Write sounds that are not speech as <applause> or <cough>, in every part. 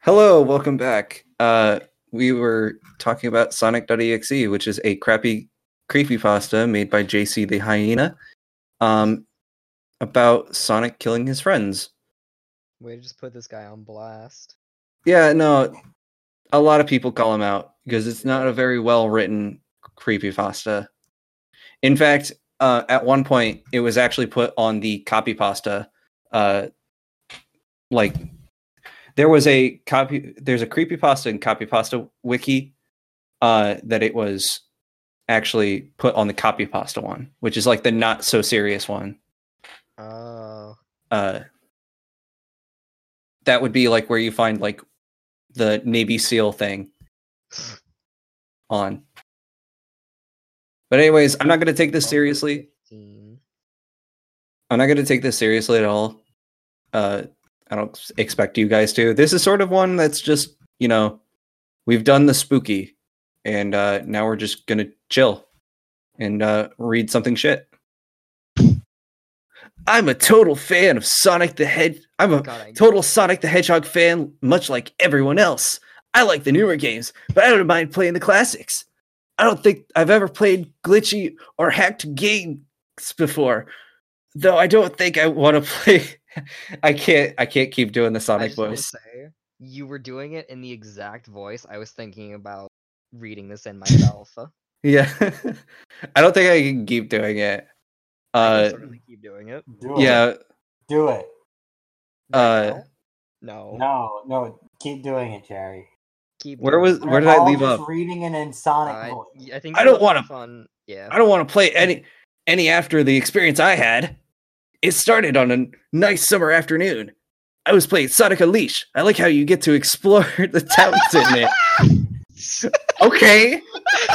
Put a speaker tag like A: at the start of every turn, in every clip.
A: Hello, welcome back. Uh, we were talking about Sonic.exe, which is a crappy creepypasta made by JC the Hyena um, about Sonic killing his friends.
B: Way to just put this guy on blast.
A: Yeah, no, a lot of people call him out because it's not a very well written creepypasta. In fact, uh, at one point, it was actually put on the copypasta. Uh, like, there was a copy, there's a creepypasta and copypasta wiki uh, that it was actually put on the copypasta one, which is like the not so serious one.
B: Oh, <laughs>
A: Uh, that would be like where you find like the Navy SEAL thing on. But anyways, I'm not gonna take this
B: Well,
A: seriously.
B: 15.
A: I'm not gonna take this seriously at all. Uh, I don't s- expect you guys to. This is sort of one that's just you know, we've done the spooky, and uh, now we're just gonna chill and uh, read something shit. I'm a total fan of Sonic the Hedge. I'm a
B: God, I
A: total Sonic the Hedgehog fan, much like everyone else. I like the newer games, but I don't mind playing the classics. I don't think I've ever played glitchy or hacked games before, though. I don't think I want to <laughs> play. I can't. I can't keep doing the
B: I
A: Sonic
B: just wanna
A: voice.
B: say, you were doing it in the exact voice I was thinking about reading
A: <laughs>
B: this in myself. I
A: Yeah, <laughs> I don't think I can keep doing it.
B: can
A: Uh,
B: certainly keep doing it.
C: Do it.
A: yeah,
C: Do it.
B: Right
A: Uh,
B: now? no,
C: No, no, keep doing it, Jerry.
B: keep.
A: where
B: doing
A: was-
B: it.
A: Where did I
C: All
A: leave
C: just
A: off?
C: Reading an in Sonic
B: I, <laughs>
C: voice. <laughs>
B: y- I think
A: I
B: you
A: don't
B: left
A: wanna-
B: off on. Yeah,
A: I don't want to play any any after the experience I had. It started on a nice summer afternoon. I was playing Sonic Unleashed. I like how you get to explore <laughs> the towns in it. Okay.
B: <laughs>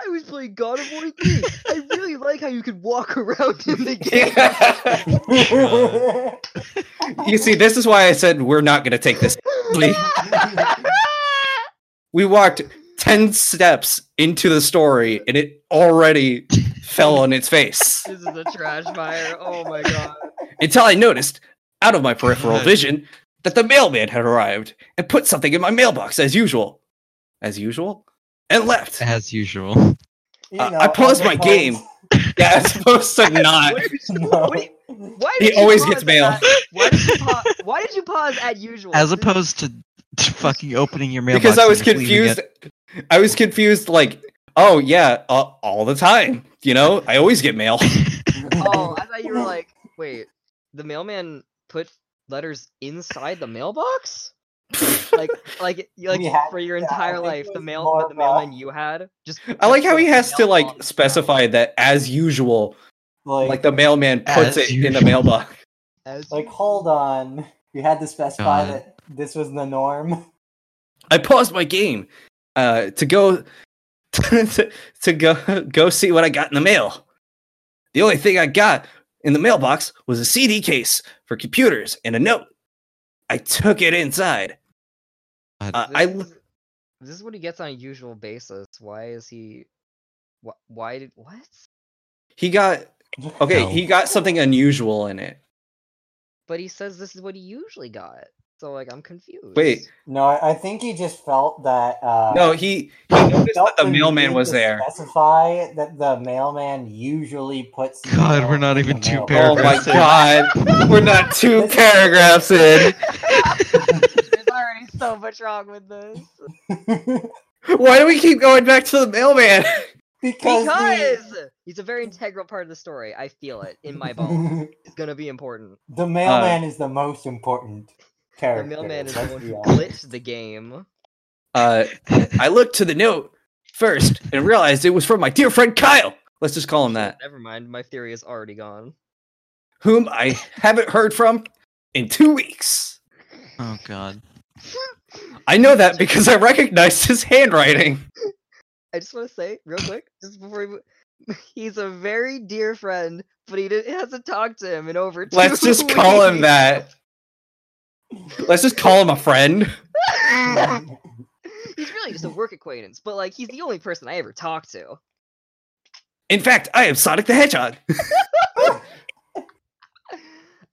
B: I was playing God of War 3. I really like how you could walk <laughs> around in the game.
A: <laughs> Yeah. <laughs> You see, this is why I said we're not going to take this. Please.
B: <laughs>
A: <laughs> We walked 10 steps into the story and it already fell on its face.
B: This is a trash fire. Oh
C: <laughs>
B: my god.
A: Until I noticed, out of my peripheral vision, that the mailman had arrived and put something in my mailbox as usual. As usual? And left.
D: As usual.
C: You
A: I-
C: know,
A: I paused
C: other
A: my game. Yeah, as opposed to not.
B: What are you-
C: <laughs>
A: <laughs>
C: No.
B: what are you- Why
A: He
B: did you
A: always
B: pause
A: gets
B: at
A: mail.
B: that- Why did, you pa- why did you pause at usual?
D: <laughs> As
B: This-
D: opposed to, to fucking opening your mailbox.
A: Because I
D: and
A: was
D: just leaving
A: confused.
D: it.
A: I was confused, like, oh, yeah, uh, all the time. You know, I always get mail.
B: Oh, I thought you were like, wait, the mailman put letters inside the mailbox? like, like, y- like
C: We had-
B: for your
C: yeah, I
B: entire
C: think it
B: life, the
C: was
B: mail,
C: more
B: the, the mailman
C: about-
B: you had. Just.
A: I like
B: just
A: how he
B: put
A: has to like
B: mailbox
A: specify that as usual,
C: like,
A: like the mailman puts
D: As
A: it in the
D: usual.
A: mailbox.
B: down as
C: like,
B: you-
C: hold on. You had to specify
D: God.
C: that this was the norm.
A: I paused my game uh, to go <laughs> to, to go go see what I got in the mail. The only thing I got in the mailbox was a CD case for computers and a note. I took it inside.
D: God.
A: Uh,
B: This,
A: I
B: is, this is what he gets on a usual basis. Why is he? Wh- why did what?
A: he got <laughs> okay.
D: No.
A: He got something unusual in it.
B: But he says this is what he usually got. So like, I'm confused.
A: Wait,
C: No, I, I think he just felt that. Uh,
A: No, he, he
D: Uh,
A: noticed
C: felt
A: that the
C: need
A: mailman was
C: to
A: there.
C: Specify that the mailman usually puts.
D: God,
C: mail
D: we're not
C: in
D: even
C: the
D: two
C: mailbox.
A: Oh my
D: Paragraphs in.
A: god,
B: <laughs>
A: we're not two paragraphs in.
B: There's already so much wrong with this.
C: <laughs>
A: Why do we keep going back to the mailman? <laughs>
C: because the-
B: Because he's a very integral part of the story. I feel it in
A: <laughs>
B: my bones.
C: <laughs>
B: It's gonna be important.
C: the mailman is the most important
B: The
C: character.
B: mailman is the
C: let's
B: one
C: be
B: who
C: honest.
B: glitched the game.
A: Uh, I looked to the note first and realized it was from my dear friend Kyle. Let's just call him that,
B: Never mind, my theory is already gone. <laughs>
A: whom I haven't heard from in two weeks.
D: <laughs> Oh god.
A: I know that because I recognized his handwriting.
B: I just want to say real quick, just before we, mo- <laughs> he's a very dear friend, but he didn't, hasn't talked to him in over. Two
A: Let's just call him
B: weeks. <laughs>
A: that. <laughs> Let's just call him a friend.
B: he's really just a work acquaintance, but like he's the only person I ever talked to.
A: In fact, I am Sonic the Hedgehog.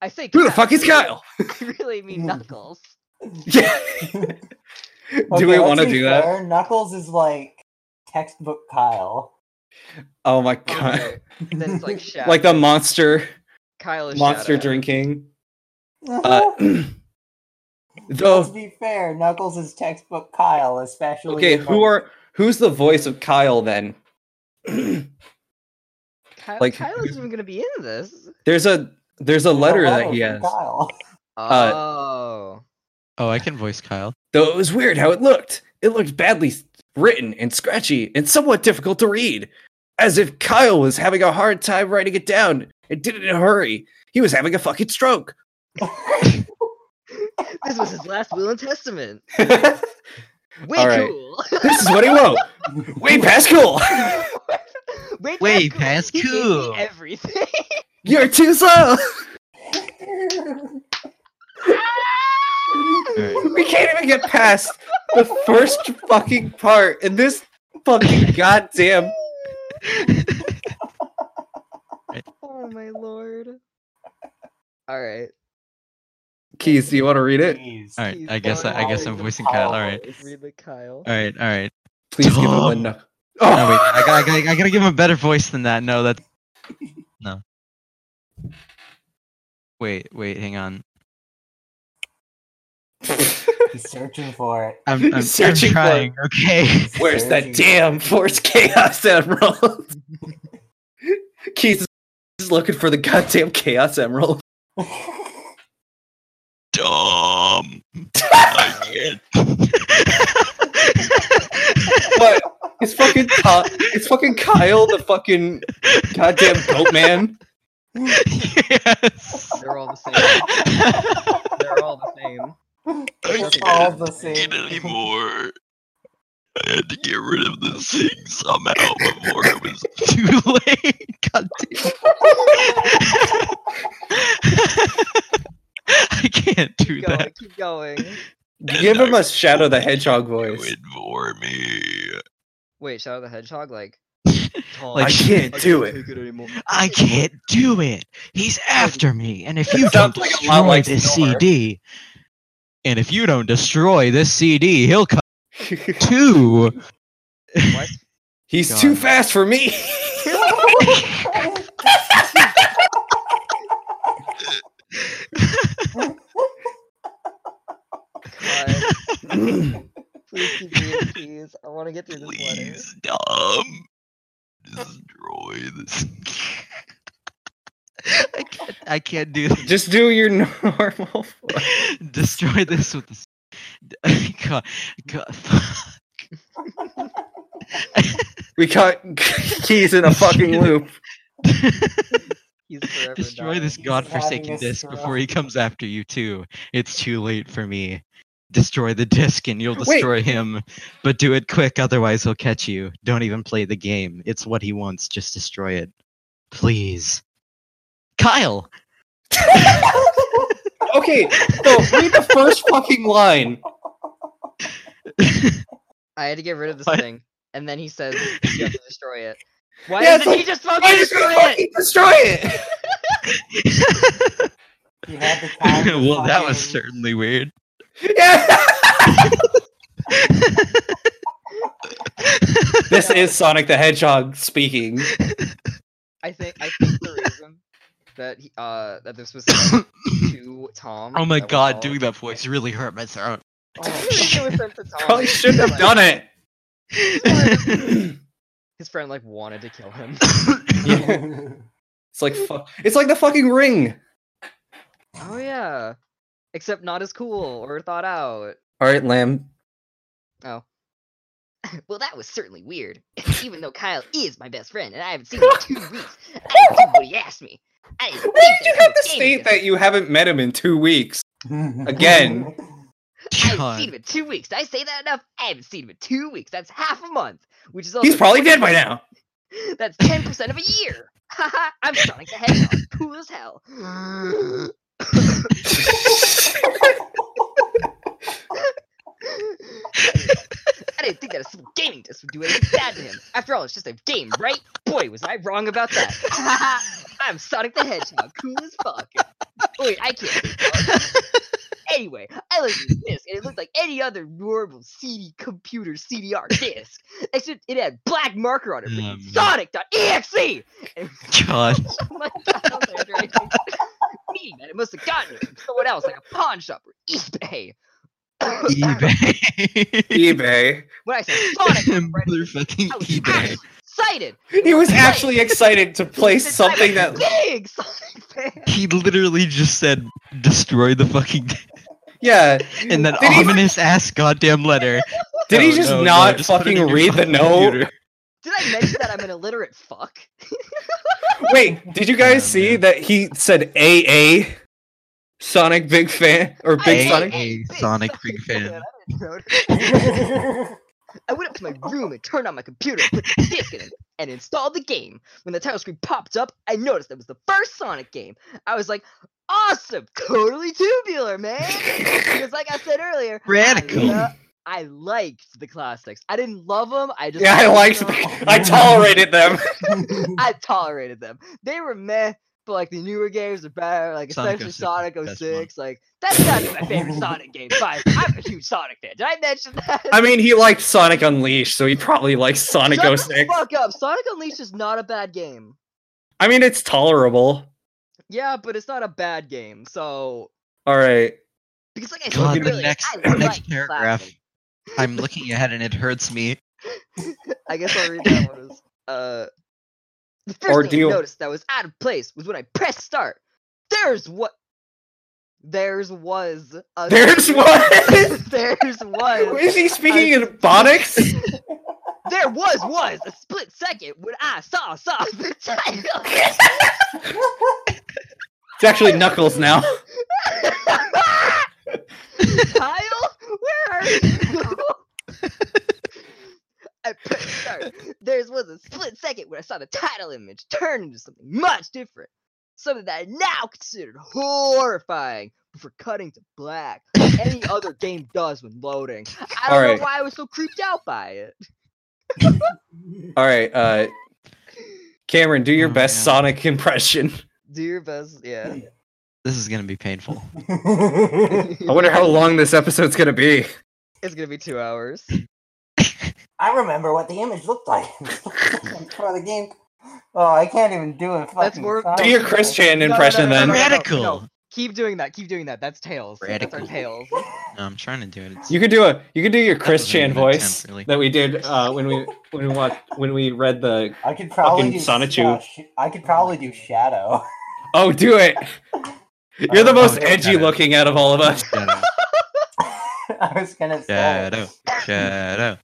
B: I say
A: Who the
B: Kyle,
A: fuck is
B: I really-
A: Kyle?
B: <laughs> I really mean Knuckles.
A: <laughs> Yeah. do we
C: Okay,
A: want to
C: be
A: do that?
C: fair, Knuckles is like textbook Kyle.
A: Oh my god!
B: Okay, Then it's
A: <laughs>
B: like
C: <laughs>
B: Shadow.
A: Like the monster
B: Kyle is
A: monster
B: Shadow.
A: drinking. Uh, <clears throat>
C: Let's
A: though,
C: be fair, Knuckles is textbook Kyle, especially.
A: okay,
C: in,
A: who
C: like,
A: are who's the voice of Kyle then? <clears throat>
B: Kyle,
A: like-
B: Kyle
A: <laughs>
B: isn't even gonna be in this.
A: there's a there's a
C: the
A: letter that
C: letters
A: he
C: from
A: has.
C: Kyle.
A: <laughs> Uh,
B: Oh,
D: Oh, I can voice Kyle.
A: Though it was weird how it looked. It looked badly written and scratchy and somewhat difficult to read, as if Kyle was having a hard time writing it down and did it in a hurry. He was having a fucking <laughs> stroke.
B: this was his last will and testament.
A: this
B: Way
A: All right.
B: cool. <laughs>
A: is what he wrote. Way past cool.
B: Way,
D: Way past
B: past He gave me
D: cool.
B: everything.
A: You're too slow. We can't even get past the first fucking part in this fucking goddamn.
B: <laughs> oh my lord. All right.
A: Keys, do you want to read it?
C: Jeez.
D: All right,
B: He's
D: I guess
B: going
D: I, I guess
B: always
D: I'm
B: with
D: voicing Kyle. All
C: Kyle.
D: right,
B: Read the Kyle.
D: all right, all right.
A: Please give him a knuckle.
D: No, wait, I,
A: Oh,
D: gotta, I, gotta, I gotta give him a better voice than that. No, that's no. Wait, wait, hang on.
C: He's searching for it.
D: I'm,
A: He's
D: I'm, I'm
A: searching for-
D: trying. Okay. <laughs>
C: He's
A: <laughs> Where's that
C: searching
A: damn Force Chaos Emerald? <laughs> Keith is looking for the goddamn Chaos Emerald.
C: for
D: Dumb. I can't.
A: But it's fucking Ky- it's fucking Kyle, the fucking goddamn goat man.
D: yes.
B: They're all the same. They're all the same.
C: It's all the same.
D: anymore. I had to get rid of this thing <laughs> somehow before it was too late. God damn. I can't <laughs> do
B: Keep going.
D: that.
B: Keep going.
A: Give him a Shadow the Hedgehog voice.
D: for me.
B: Wait, Shadow the Hedgehog, like.
D: Like- I
A: can't do it.
B: take anymore.
D: I can't do it. He's after me, and if you don't
A: Sounds like a lot
D: destroy
A: like
D: this
A: Snore.
D: CD, and if you don't destroy this CD, he'll come
A: <laughs>
D: too.
B: Why is
A: He's
D: God.
A: too fast for me.
B: Kyle?
D: <laughs>
B: Please keep reading, please. I want to get through this letter.
D: <laughs> dumb. Destroy this. I can't. I can't
A: <laughs>
D: do this.
A: <laughs> Just do your normal. voice.
D: Destroy this with this. <laughs> God, God, fuck.
A: We caught Keys in a fucking loop.
B: He's
D: <laughs>
B: forever
D: Destroy
B: done.
D: this
C: He's having
D: godforsaken
C: a
D: disc before
C: stroke.
D: he comes after you too. It's too late for me. Destroy the disc
B: <laughs>
D: and you'll
A: Wait.
D: destroy him. But do it quick, otherwise he'll catch you. Don't even play the game. It's what he wants. Just destroy it. Please.
B: <laughs>
D: Kyle!
A: Okay, so read the first fucking line.
B: I had to get rid of this
D: What?
B: thing, and then he says you have to destroy it. Why
A: Yeah, it's
B: didn't
A: like,
B: he just fucking
A: I just
B: destroy
A: gonna
B: it?
A: fucking destroy it.
C: You had the time. to
D: <laughs> <laughs> well, that was
C: fucking-
D: certainly weird.
B: <laughs>
A: Yeah. <laughs>
D: Oh
A: this is Sonic the Hedgehog speaking.
B: I think I think the reason that he, uh that this was
D: <coughs>
B: sent to Tom.
D: Oh my
B: that was
D: god,
B: all- Oh,
D: doing that voice really hurt my throat. <laughs>
B: I think it was sent to Tom.
A: Probably
B: because,
A: shouldn't have
B: like,
A: done it.
D: <laughs>
B: His friend like wanted to kill him.
A: It's like fu- it's like the fucking ring.
B: oh yeah, except not as cool or thought out.
A: All right, Lamb.
E: Well, that was certainly weird. <laughs> Even though Kyle is my best friend and I haven't seen him
A: <laughs>
E: in two weeks, I didn't do what he asked me. I didn't think
A: Why did you
E: that
A: have to
E: he was
A: state
E: dating
A: that you haven't met him in two weeks?
C: <laughs>
A: Again. <laughs>
E: him. I haven't seen
D: God.
E: him in two weeks. Did I say that enough? I haven't seen him in two weeks. That's half a month, which is also
A: He's probably dead by now.
E: <laughs> That's ten percent of a year.
B: <laughs>
E: Haha! I'm Sonic the Hedgehog, cool as hell. I didn't think that a simple gaming disc would do anything bad to him. After all, it's just a game, right? Boy, was I wrong about that. I'm Sonic the Hedgehog, cool as fuck.
B: Wait, I can't. read, well, Anyway, I looked at this disc and it looked like any other normal CD computer CDR disc, except it had black marker on it. reading
D: Um.
B: Sonic.exe. E And it was <laughs>
D: God.
B: my God, I was like, "Andrew, it's me, man. It must have gotten it from someone else, like a pawn shop or eBay. <coughs>
D: eBay.
A: <laughs> eBay.
B: when I said Sonic, I'm ready Oh, to-
D: Motherfucking
B: I was
D: eBay.
B: actually excited.
A: He was
B: Right.
A: actually excited to play
B: Because I'm a
A: something that
B: big Sonic fan.
D: He literally just said, destroy the fucking. <laughs>
A: yeah.
D: And that
A: Did he-
D: ominous ass
B: <laughs>
D: goddamn letter.
A: Did he
D: No,
A: just
D: no, no,
A: not
D: just put it in
A: fucking
D: your
A: read the
D: fucking
A: note?
D: computer.
B: Did I mention that I'm an illiterate fuck?
A: Wait, did you guys
D: Oh,
A: see
D: man.
A: that he said AA? Sonic big fan or big
B: I-
A: Sonic?
B: I- I-
D: Big Sonic big fan.
B: man, I didn't know it. I went up to my room and turned on my computer, put the disc in it, and installed the game. When the title screen popped up, I noticed it was the first Sonic game. I was like, awesome, totally tubular, man. Because like I said earlier,
D: Radical.
B: I, lo- I liked the classics. I didn't love them. I just
A: Yeah, I liked
B: them.
A: them. I tolerated them.
B: <laughs> I tolerated them. They were meh, but like the newer games are better. Like
D: Sonic
B: especially
D: 06
B: Sonic
D: is the best
B: 06. Like that's not my favorite Sonic game.
D: <laughs>
B: Fine, I'm a huge Sonic fan. Did I mention that?
A: I mean, he liked Sonic Unleashed, so he probably likes Sonic
D: oh
B: Shut the
A: 06.
B: fuck up. Sonic Unleashed is not a bad game.
A: I mean, it's tolerable.
B: Yeah, but it's not a bad game. So
A: All right.
B: because like I
D: God,
B: said
D: the
B: earlier,
D: next,
B: I
D: the
B: like
D: next paragraph.
B: classic.
D: I'm looking ahead and it hurts me.
B: I guess I'll read that
A: <laughs>
B: one. As, uh, the first
A: Or
B: thing
A: do
B: I
A: you-
B: noticed that was out of place was when I pressed start. There's what. There's was.
A: <laughs>
B: A
A: There's was? <laughs>
B: <laughs> there's was.
A: Is he speaking in phonics?
B: There was was a split second when I saw saw
A: <laughs>
B: the title.
A: It's actually Knuckles now.
B: Kyle, where are you? <laughs> I pressed start. There was a split second when I saw the title image turn into something much different. Something that I now considered horrifying before cutting to black. <laughs> Any other game does when loading. I don't
A: Alright.
B: know why I was so creeped out by it.
A: All right. Uh, Cameron, do your
D: Oh,
A: best
D: man.
A: Sonic impression.
B: Do your best, yeah.
D: This is gonna be painful.
B: Hmm. <laughs>
A: I wonder how long this episode's gonna be.
B: It's gonna be two hours.
C: I remember what the image looked like <laughs> for the game. Oh, I can't even do it. fucking
B: more-
C: Sonic.
A: Do your Chris Chan
B: No, no,
A: impression
B: no, no, no,
A: then.
B: no, no,
D: Radical.
B: no. Keep doing that. Keep doing that. That's tails. That's
D: Radical.
B: our tails.
D: No, I'm trying to do it. It's
A: You could do a you could do your Chris
D: wasn't
A: Chan
D: even an attempt,
A: voice
D: really.
A: that we did uh, when we when we watched when we read the
C: I could probably
A: Fucking
C: do
A: Sonichu.
C: uh, sh- I could probably do Shadow. <laughs>
A: oh do it. You're the
C: Uh,
A: most
C: oh,
A: edgy
D: got it.
A: looking out of all of us.
D: shadow,
C: I was gonna say.
D: shadow,
A: <laughs>
D: shadow.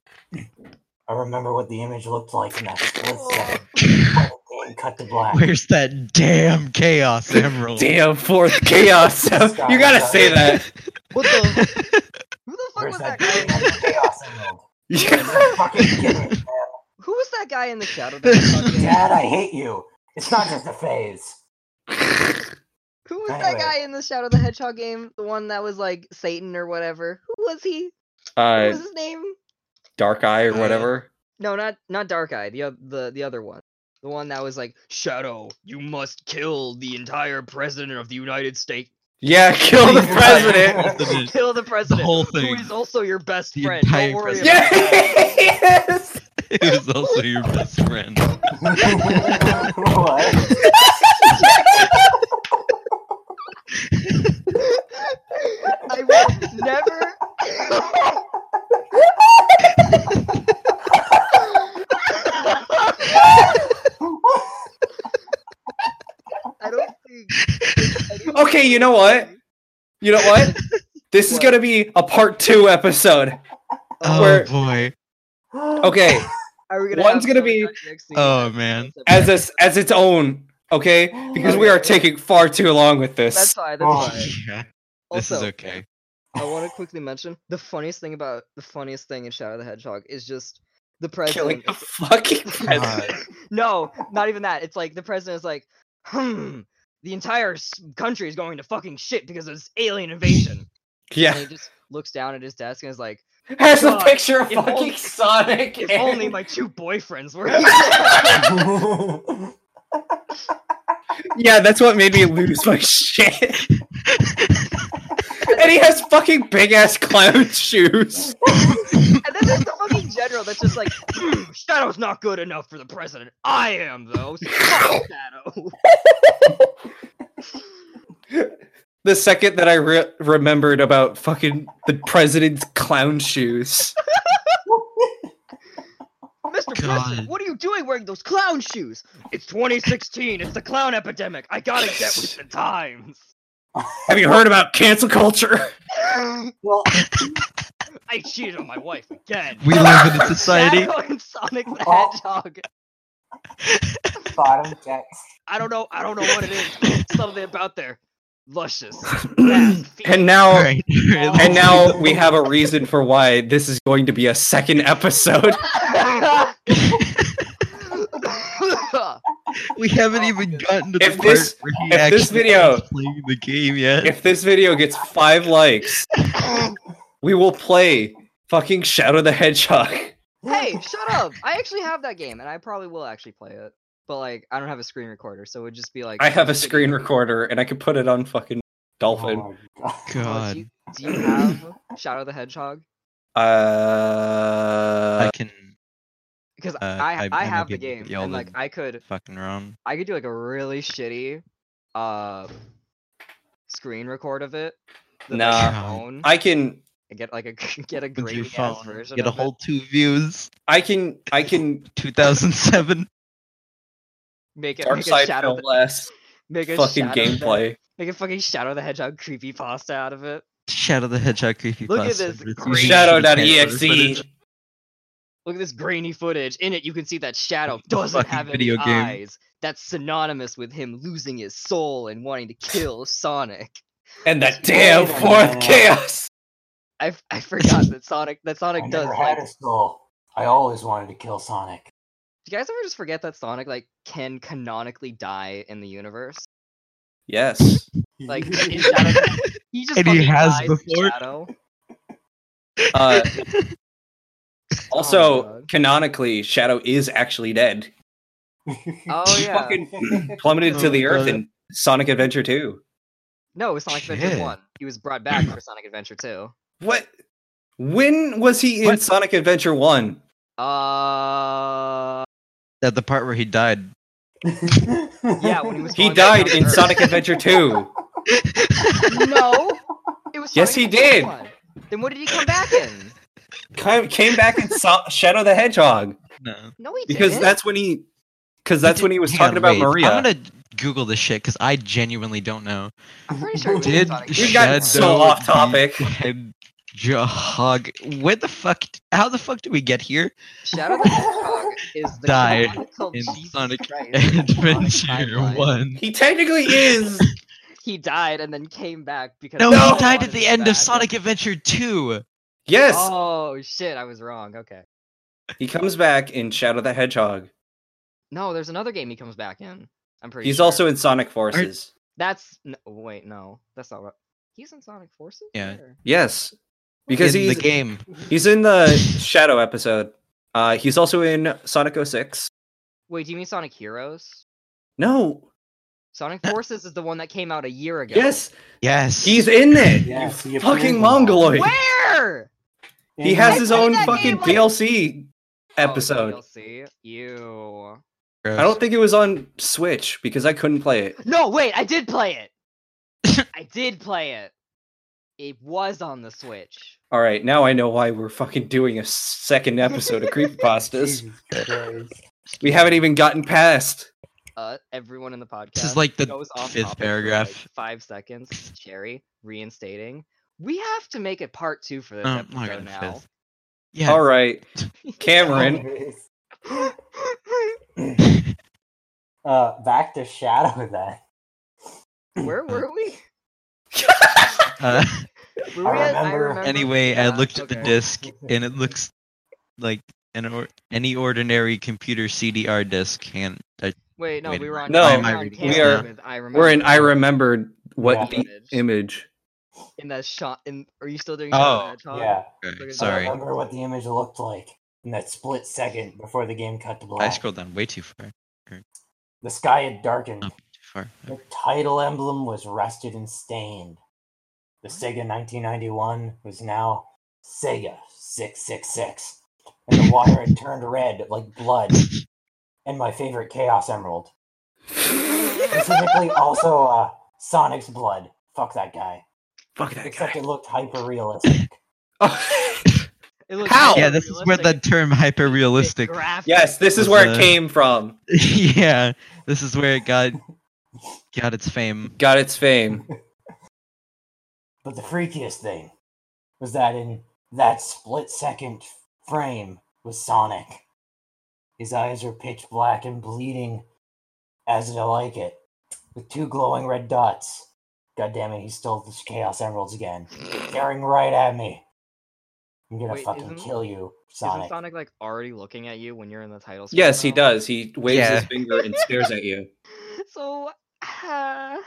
C: I remember what the image looked like in that split
B: Oh.
C: second. And cut to black.
D: Where's that damn chaos emerald?
A: Damn fourth <laughs> chaos.
C: Stop,
A: you gotta
C: stop.
A: say that.
B: What the?
C: <laughs>
B: Who the fuck
C: Where's
B: was that
C: that
B: guy?
C: damn chaos emerald?
A: Yeah.
C: You're fucking
B: <laughs>
C: kidding me, man.
B: Who was that guy in the shadow?
C: <laughs>
B: Dance game?
C: Dad, I hate you. It's not just a phase. <laughs>
B: Who was that
C: Anyway.
B: guy in the Shadow the Hedgehog game? The one that was like Satan or whatever. Who was he? What
A: <laughs> Uh,
B: was his name?
A: dark eye or
D: Uh,
A: whatever.
B: No, not not Dark Eye. The oth- the the other one. The one that was like Shadow. You must kill the entire president of the United States.
A: Yeah, kill <laughs> the
D: Jesus
A: president.
D: The-
B: Kill the president.
D: whole
B: Who
D: thing.
B: is also your best
D: The
B: friend. Don't
D: entire
B: worry
D: president.
B: about that.
A: yes.
D: It was also your best friend.
C: what?
B: I will never. I don't think. there's anything
A: Okay, you know what? You know what? This is
B: What?
A: gonna be a part two episode.
D: Oh
A: Where-
D: boy.
A: Okay,
B: Are we gonna
A: One's
B: have
A: gonna
B: someone
A: be-
B: back next season?
D: Oh, man.
A: as a, as its own. Okay, because we are taking far too long with this.
B: That's fine. That's
C: Oh,
B: fine.
D: <laughs> Yeah, this
B: Also,
D: is okay.
B: I want to quickly mention the funniest thing about the funniest thing in Shadow the Hedgehog is just the
A: killing
B: president.
A: a fucking president.
D: God.
B: <laughs> no, not even that. It's like the president is like, hmm, the entire s- country is going to fucking shit because of this alien invasion. and
A: <laughs> Yeah,
B: he just looks down at his desk and is like,
A: has a
B: God,
A: picture of
B: if
A: fucking
B: only-
A: Sonic.
B: if
A: and-
B: <laughs> only my two boyfriends were.
A: <laughs> yeah, that's what made me lose my shit.
B: <laughs>
A: and he has fucking big ass clown <laughs> shoes.
B: And then there's the fucking general that's just like, "Hmm, Shadow's not good enough for the president. I am though. So fuck Shadow. <laughs>
A: The second that I re- remembered about fucking the president's clown shoes.
B: Mr. Oh,
D: God.
B: President, what are you doing wearing those clown shoes? It's 2016. It's the clown epidemic. I gotta get with the times.
A: Have you heard about cancel culture? <laughs>
C: Well,
B: I cheated on my wife again. <laughs>
D: We live in a society. <laughs>
B: Shadow and Sonic the
C: Oh.
B: Hedgehog.
C: <laughs> bottom checks.
B: I don't know. I don't know what it is. Something about their
A: <clears throat>
B: luscious. fast feet.
A: <laughs> And now
D: Alright, alright, let's
A: and now we have a reason for why this is going to be a second episode.
D: We haven't even gotten to
A: Oh If
D: the
A: this-
D: part where he
A: if
D: actually
A: this video-
D: is playing the game yet.
A: If this video gets five likes, we will play fucking Shadow the Hedgehog.
B: <laughs>
C: <laughs>
B: hey, shut up! I actually have that game, and I probably will actually play it. But like, I don't have a screen recorder, so it would just be like.
A: I have a screen recorder and I can put it on fucking Dolphin.
C: Oh my
B: Oh,
C: God.
B: do,
D: God,
B: you, do you have Shadow the Hedgehog?
A: Uh,
D: I can
B: Because
D: Uh, I-
B: I,
D: I
B: I
D: might
B: have the
D: be able to
B: game,
D: get y'all
B: and like
D: the-
B: I could
D: fucking wrong.
B: I could do like a really shitty, uh, screen record of it. with, like, my
A: Nah.
B: phone,
A: I can
B: and get like a get a
D: With your
B: grainy ass
D: phone,
B: version.
D: get a
B: of it.
D: whole two views.
A: I can I can
D: 2007.
B: make it
A: dark
B: make a
A: side
B: shadow
A: film
B: the,
A: less
B: make a
A: fucking
B: Shadow the-
A: gameplay.
B: <laughs> make a fucking Shadow the Hedgehog creepy pasta out of it.
D: Shadow the Hedgehog creepy.
B: Look at this great-
A: Shadow.exe.
B: Look at this grainy footage. In it, you can see that Shadow
D: The
B: doesn't
D: fucking
B: have any
D: video game.
B: eyes. That's synonymous with him losing his soul and wanting to kill <laughs> Sonic.
A: And that
B: Oh
A: damn
C: Wait a
A: fourth
C: minute.
A: chaos.
B: I, f- I
D: <laughs>
B: forgot that Sonic that Sonic
C: I
B: does.
C: never
B: Like,
C: had a soul. I always wanted to kill Sonic.
B: do you guys ever just forget that Sonic like can canonically die in the universe?
D: <laughs>
A: Yes.
C: <laughs>
B: Like in Shadow, <laughs> he just
D: And he
B: fucking
D: has
B: dies in
D: before.
B: Shadow. <laughs>
A: Uh, also,
B: Oh God.
A: canonically, Shadow is actually dead.
B: Oh yeah.
A: Fucking plummeted to
D: Oh,
A: the earth
D: God.
A: in Sonic Adventure 2.
B: No, it was Sonic
D: Shit.
B: Adventure One. He was brought back
D: <clears throat>
B: for Sonic Adventure Two.
A: What? When was he in
D: What?
A: Sonic Adventure 1?
B: Uh,
D: At the part where he died.
B: <laughs> yeah, when he
C: <laughs>
B: was.
A: He
B: falling
A: died
B: back down to
A: in
B: Earth.
A: Sonic Adventure
D: <laughs>
A: 2.
B: <laughs> No, it was.
A: <laughs> Yes,
B: Sonic
A: he
B: Adventure
A: did.
B: One. Then what did he come back in?
A: Came came back in so- Shadow the Hedgehog
D: No.
B: No, he
A: because
B: didn't.
A: that's when he because that's when he was
D: Hang
A: talking
D: on,
A: about
D: wait.
A: Maria.
D: I'm gonna Google this shit because I genuinely don't know.
B: I'm pretty sure it was in
D: Did
B: Sonic
A: We
B: Adventure
A: got so
D: Shadow
A: off topic.
D: Hedgehog. Where the fuck? How the fuck did we get here?
B: Shadow the Hedgehog is the
D: <laughs> Died
B: canonical
D: in
B: Jesus
D: Sonic <laughs>
B: Christ of the Sonic
D: Adventure
B: timeline.
D: One.
A: He technically
D: <laughs>
A: is.
B: He died and then came back because
D: No,
A: No!
D: he died at
B: wanted
D: the
B: him
D: end
B: back.
D: of Sonic Adventure Two.
A: Yes,
B: Oh shit, I was wrong. Okay.
A: he comes back in Shadow the Hedgehog.
B: No, there's another game he comes back in. I'm pretty.
A: He's
B: sure.
A: also in Sonic Forces.
B: That's no, wait, no, that's not right. He's in Sonic Forces.
D: Yeah.
B: Or-
A: Yes, because
D: in
A: he's
D: the game.
A: he's in the Shadow episode. Uh, he's also in Sonic 06.
B: Wait, do you mean Sonic Heroes?
A: No,
B: Sonic Forces is the one that came out a year ago.
A: yes,
D: Yes.
A: he's in it.
C: Yes,
A: you
C: he appears
A: fucking
C: in that.
A: mongoloid.
B: Where?
A: He has
B: I
A: his
B: played
A: own
B: that
A: fucking
B: game, like-
A: DLC <laughs> episode.
B: Oh, DLC. Ew.
A: I don't think it was on Switch because I couldn't play it.
B: No, wait, I did play it.
D: <laughs>
B: I did play it. It was on the Switch.
A: All right, now I know why we're fucking doing a second episode of
D: <laughs>
A: Creepypastas.
C: <laughs> Jesus Christ.
A: we haven't even gotten past.
B: Uh, everyone in the podcast.
D: This is like the
B: goes off
D: fifth
B: topic for,
D: paragraph.
B: like, five seconds. Cherry reinstating. We have to make it part two for this
D: Oh,
B: episode
D: my God,
B: now. <laughs>
D: fifth. yeah.
A: All right, Cameron.
C: Uh, back to Shadow then.
B: Where were we?
A: <laughs>
D: Uh,
B: Were
C: I
B: we at-
C: remember.
D: <laughs> anyway, I
B: Yeah,
D: looked at the
B: okay.
D: disc and it looks like an or- any ordinary computer CDR disc can. Uh,
B: Wait, no,
D: Wait,
B: we were on.
A: No,
B: we were
D: I
B: on
D: re-
B: Cameron
A: we are-
B: With I remember.
A: We're in. I remembered what
B: Yeah.
A: the
D: <laughs>
A: image.
B: <laughs> in that shot. In are you still doing?
D: Oh,
B: Shadow the Hedgehog?
C: Yeah,
D: okay,
B: I
C: I
D: sorry,
A: Oh.
C: remember what the image looked like in that split second before the game cut to black.
D: I scrolled down way too far.
C: The sky had darkened.
D: for.
A: Oh.
C: The title emblem was rusted and stained. The Sega 1991 was now Sega 666. And the water had turned red like blood. And my favorite Chaos Emerald. Specifically, also uh, Sonic's blood. Fuck that guy.
A: Fuck that
C: Except
A: guy.
C: it looked hyper realistic.
A: Oh. <laughs>
B: It looks
A: How?
D: <laughs> Yeah, this is where the term hyper realistic.
A: yes, this is
D: Was,
A: where it
D: uh,
A: came from.
D: <laughs> yeah, this is where it got got its fame.
A: Got its
D: <laughs>
A: fame.
C: But the freakiest thing was that in that split second frame was Sonic. His eyes were pitch black and bleeding as I like it, with two glowing red dots. God damn it, he stole the Chaos
A: <laughs>
C: Emeralds again, staring right at me. I'm gonna
B: Wait,
C: fucking
B: isn't-
C: kill you,
B: Isn't
C: Sonic.
B: Sonic like already looking at you when you're in the title? screen
A: Yes, he
B: now?
A: does. He waves
D: Yeah.
A: his finger and stares at you.
B: <laughs> So, uh,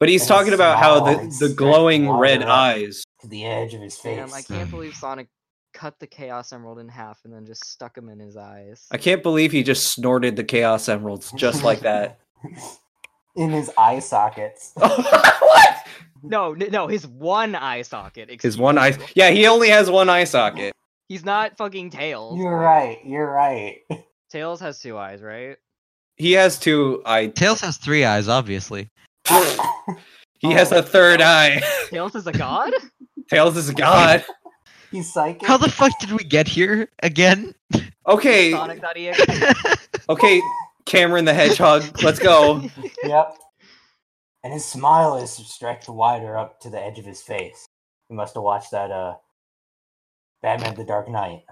A: But he's
C: And
A: talking about how
C: smiles.
A: the, the glowing red eyes.
C: to the edge of his face.
B: damn,
C: <laughs>
B: I can't believe Sonic cut the Chaos Emerald in half and then just stuck him in his eyes.
A: <laughs> I can't believe he just snorted the Chaos Emeralds just like
B: <laughs>
A: that. <laughs>
C: In his eye sockets.
A: what?
B: No, n- no, his one eye socket.
A: His
B: excuse
A: one eye.
B: me.
A: Yeah, he only has one eye socket.
B: He's not fucking Tails.
C: You're right, you're right. <laughs>
B: Tails has two
A: <laughs>
B: eyes, right?
A: He has two eye.
D: Tails has three eyes, obviously.
B: Oh
A: He has a third eye. <laughs>
B: Tails is a god?
A: Tails is God.
C: He's psychic.
D: How the fuck did we get here again?
A: Okay,
B: Sonic.exe.
A: <laughs> okay, Cameron the Hedgehog. Let's go.
C: Yep. And his smile is stretched wider up to the edge of his face. You must have watched that uh Batman the Dark Knight.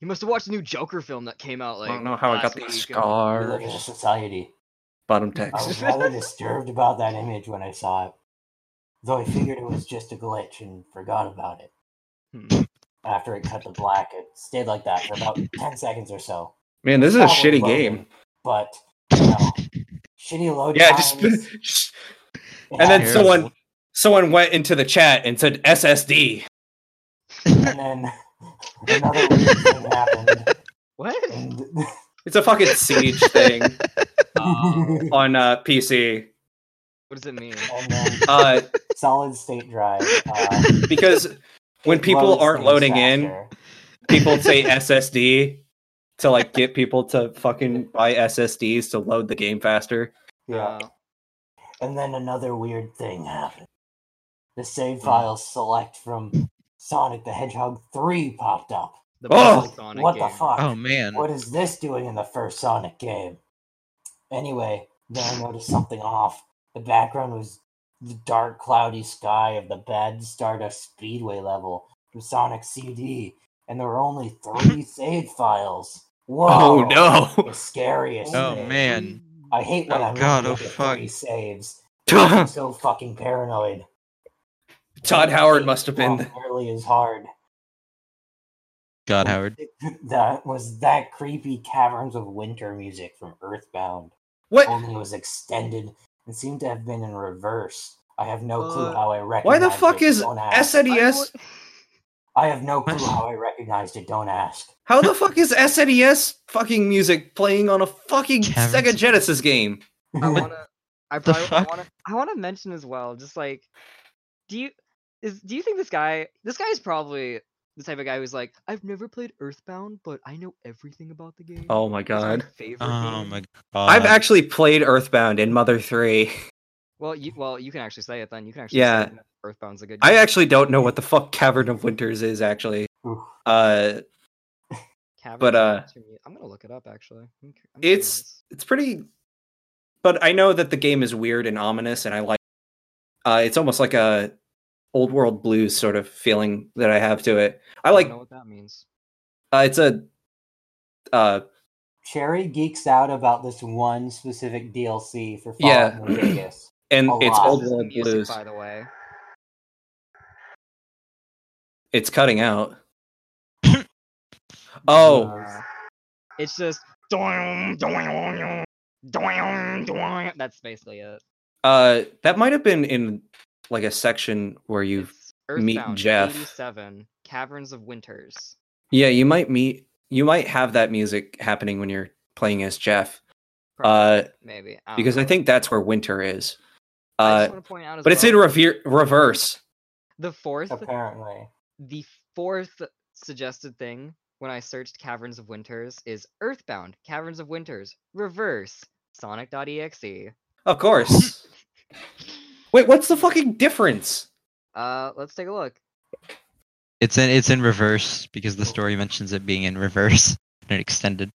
B: You must have watched the new Joker film that came out
A: I
B: <laughs> like.
A: don't know how I got
B: last
A: these
B: week, and-
C: We live in a
A: scars.
C: society.
A: Bottom <laughs>
C: I
A: text.
C: was
B: Oh,
C: rather disturbed about that image when I saw it. Though I figured it was just a glitch and forgot about it.
B: Hmm.
C: After it cut the black, it stayed like that for about ten seconds or so.
A: Man, this is a
C: Probably
A: shitty
C: loading,
A: game.
C: But you know, shitty load
A: Yeah, just,
C: times.
A: just
C: it
A: and then
C: happens.
A: someone someone went into the chat and said SSD.
C: and then <laughs> another weird thing happened.
A: <laughs>
B: What? <laughs>
C: And
A: It's a fucking siege thing
B: Oh,
A: on uh, PC.
B: what does it mean? <laughs>
C: and then
A: Uh,
C: solid state drive. Uh,
A: because when <laughs>
C: it
A: people
C: loads
A: aren't
C: things
A: loading in,
C: faster.
A: people <laughs> say SSD to like get people to fucking buy SSDs to load the game faster.
C: Yeah.
B: Uh,
C: and then another weird thing happened. The
B: Mm.
C: save files select from Sonic the Hedgehog 3 popped up.
B: the
A: Oh!
B: best Sonic
C: what the
B: game.
C: fuck?
D: Oh man.
C: What is this doing in the first Sonic game? Anyway, then I noticed something off. The background was the dark, cloudy sky of the bad Stardust Speedway level from Sonic CD, and there were only
D: <laughs>
C: three save files. Whoa!
A: Oh no!
C: The scariest.
D: Oh
C: thing.
D: man.
C: I hate when
D: Oh,
C: I'm
D: God,
C: looking
D: oh,
C: at the
D: fuck.
C: three
D: <laughs>
C: saves. I'm so fucking paranoid.
A: Todd Howard must have been. the-
C: Nearly as hard.
D: God Howard.
C: <laughs> That was that creepy Caverns of Winter music from Earthbound.
A: <laughs> What?
C: Only it was extended and seemed to have been in reverse. I have no clue
B: Uh,
C: how I recognized
A: Why the
C: it,
A: fuck is E
C: don't ask.
B: I know
A: SNES?
B: what-
C: I have no clue how I recognized it. Don't ask.
A: <laughs> How the fuck is SNES fucking music playing on a fucking
D: Caverns.
A: Sega Genesis game?
B: I wanna, I
D: the
B: probably
D: fuck?
B: wanna, I wanna mention as well, just like, do you is do you think this guy, this guy is probably the type of guy who's like, I've never played Earthbound, but I know everything about the game.
A: Oh my
B: It's my
A: god.
B: favorite
D: Oh
B: game."
D: my god.
A: I've actually played Earthbound and Mother 3.
B: Well, you well you can actually say it then. You can actually
A: Yeah.
B: say that Earthbound's a good.
A: I
B: game.
A: actually don't know what the fuck Cavern of Winters is actually.
C: Oof.
A: Uh
B: Cavern
A: but,
B: of
A: uh,
B: Nature Mu- I'm gonna look it up actually. I'm cu- I'm
A: It's- it's pretty but I know that the game is weird and ominous and I like uh it's almost like a old world blues sort of feeling that I have to it. I
B: don't
A: like
B: know what that means.
A: uh, it's a uh
C: <laughs> Cherry geeks out about this one specific DLC for Fallout
A: Yeah.
C: New
A: <laughs>
C: Vegas.
A: and
C: A
A: it's
C: lot.
A: old
B: This is the
A: world
B: music,
A: blues.
B: by the way.
A: It's cutting
B: <laughs>
A: out. oh,
B: Uh, it's just <laughs> doing doing doing doing. That's basically it.
A: uh that might have been in like a section where you
B: It's
A: meet
B: Earthbound,
A: Jeff.
B: 87, Caverns of Winters.
A: Yeah, you might meet you might have that music happening when you're playing as Jeff. uh,
B: maybe I don't
A: because I
B: know.
A: think that's where winter is.
B: I
A: Uh,
B: just want to point out as
A: but it's
B: well,
A: in rever- reverse.
B: the fourth
C: Apparently.
B: the fourth suggested thing when I searched Caverns of Winters is Earthbound Caverns of Winters reverse Sonic.exe.
A: Of course. <laughs> Wait, what's the fucking difference?
B: Uh, let's take a look.
D: It's in it's in reverse because the story mentions it being in reverse and it extended.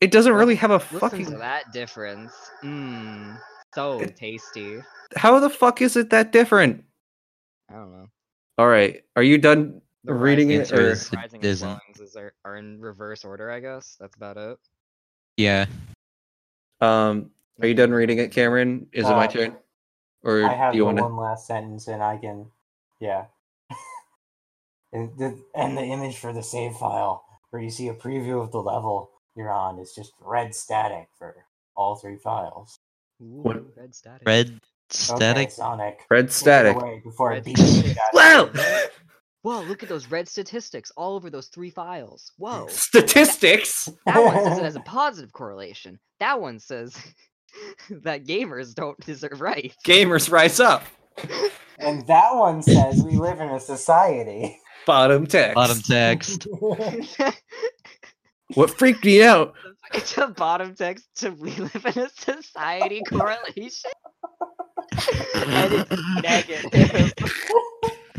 A: It doesn't really have a
B: Listen
A: fucking.
B: to that difference. Mmm, so
A: It-
B: tasty.
A: How the fuck is it that different?
B: I don't know.
A: All right, are you done
B: The
A: reading
B: rising
A: it?
D: Answer
A: Or...
D: is-
B: and- rising
D: it
B: and
D: isn't.
B: Swellings is- are, are in reverse order, I guess. That's about it.
D: Yeah.
A: Um, are you done reading it, Cameron? Is it my
C: Uh,
A: turn? Or
C: I have
A: do you
C: the
A: want to?
C: one last sentence, and I can, yeah. <laughs> and, the, and the image for the save file, where you see a preview of the level you're on, is just red static for all three files.
B: Ooh, red static.
D: Red
C: Okay,
D: static.
C: Sonic.
A: Red
C: take it
A: static.
C: away Before I
B: Red
C: beat the shit out <laughs>
A: Wow!
C: of you.
B: Whoa, look at those red statistics all over those three files.
C: Oh.
B: Whoa.
A: Statistics.
B: That one says it has a positive correlation. That one says <laughs> that gamers don't deserve rights. <laughs>
A: Gamers rise up.
C: And that one says we live in a society. <laughs>
A: Bottom text.
D: Bottom text.
A: What freaked me out?
B: it's a bottom text to we live in a society correlation. <laughs> and it's negative.
A: <laughs>
B: <laughs>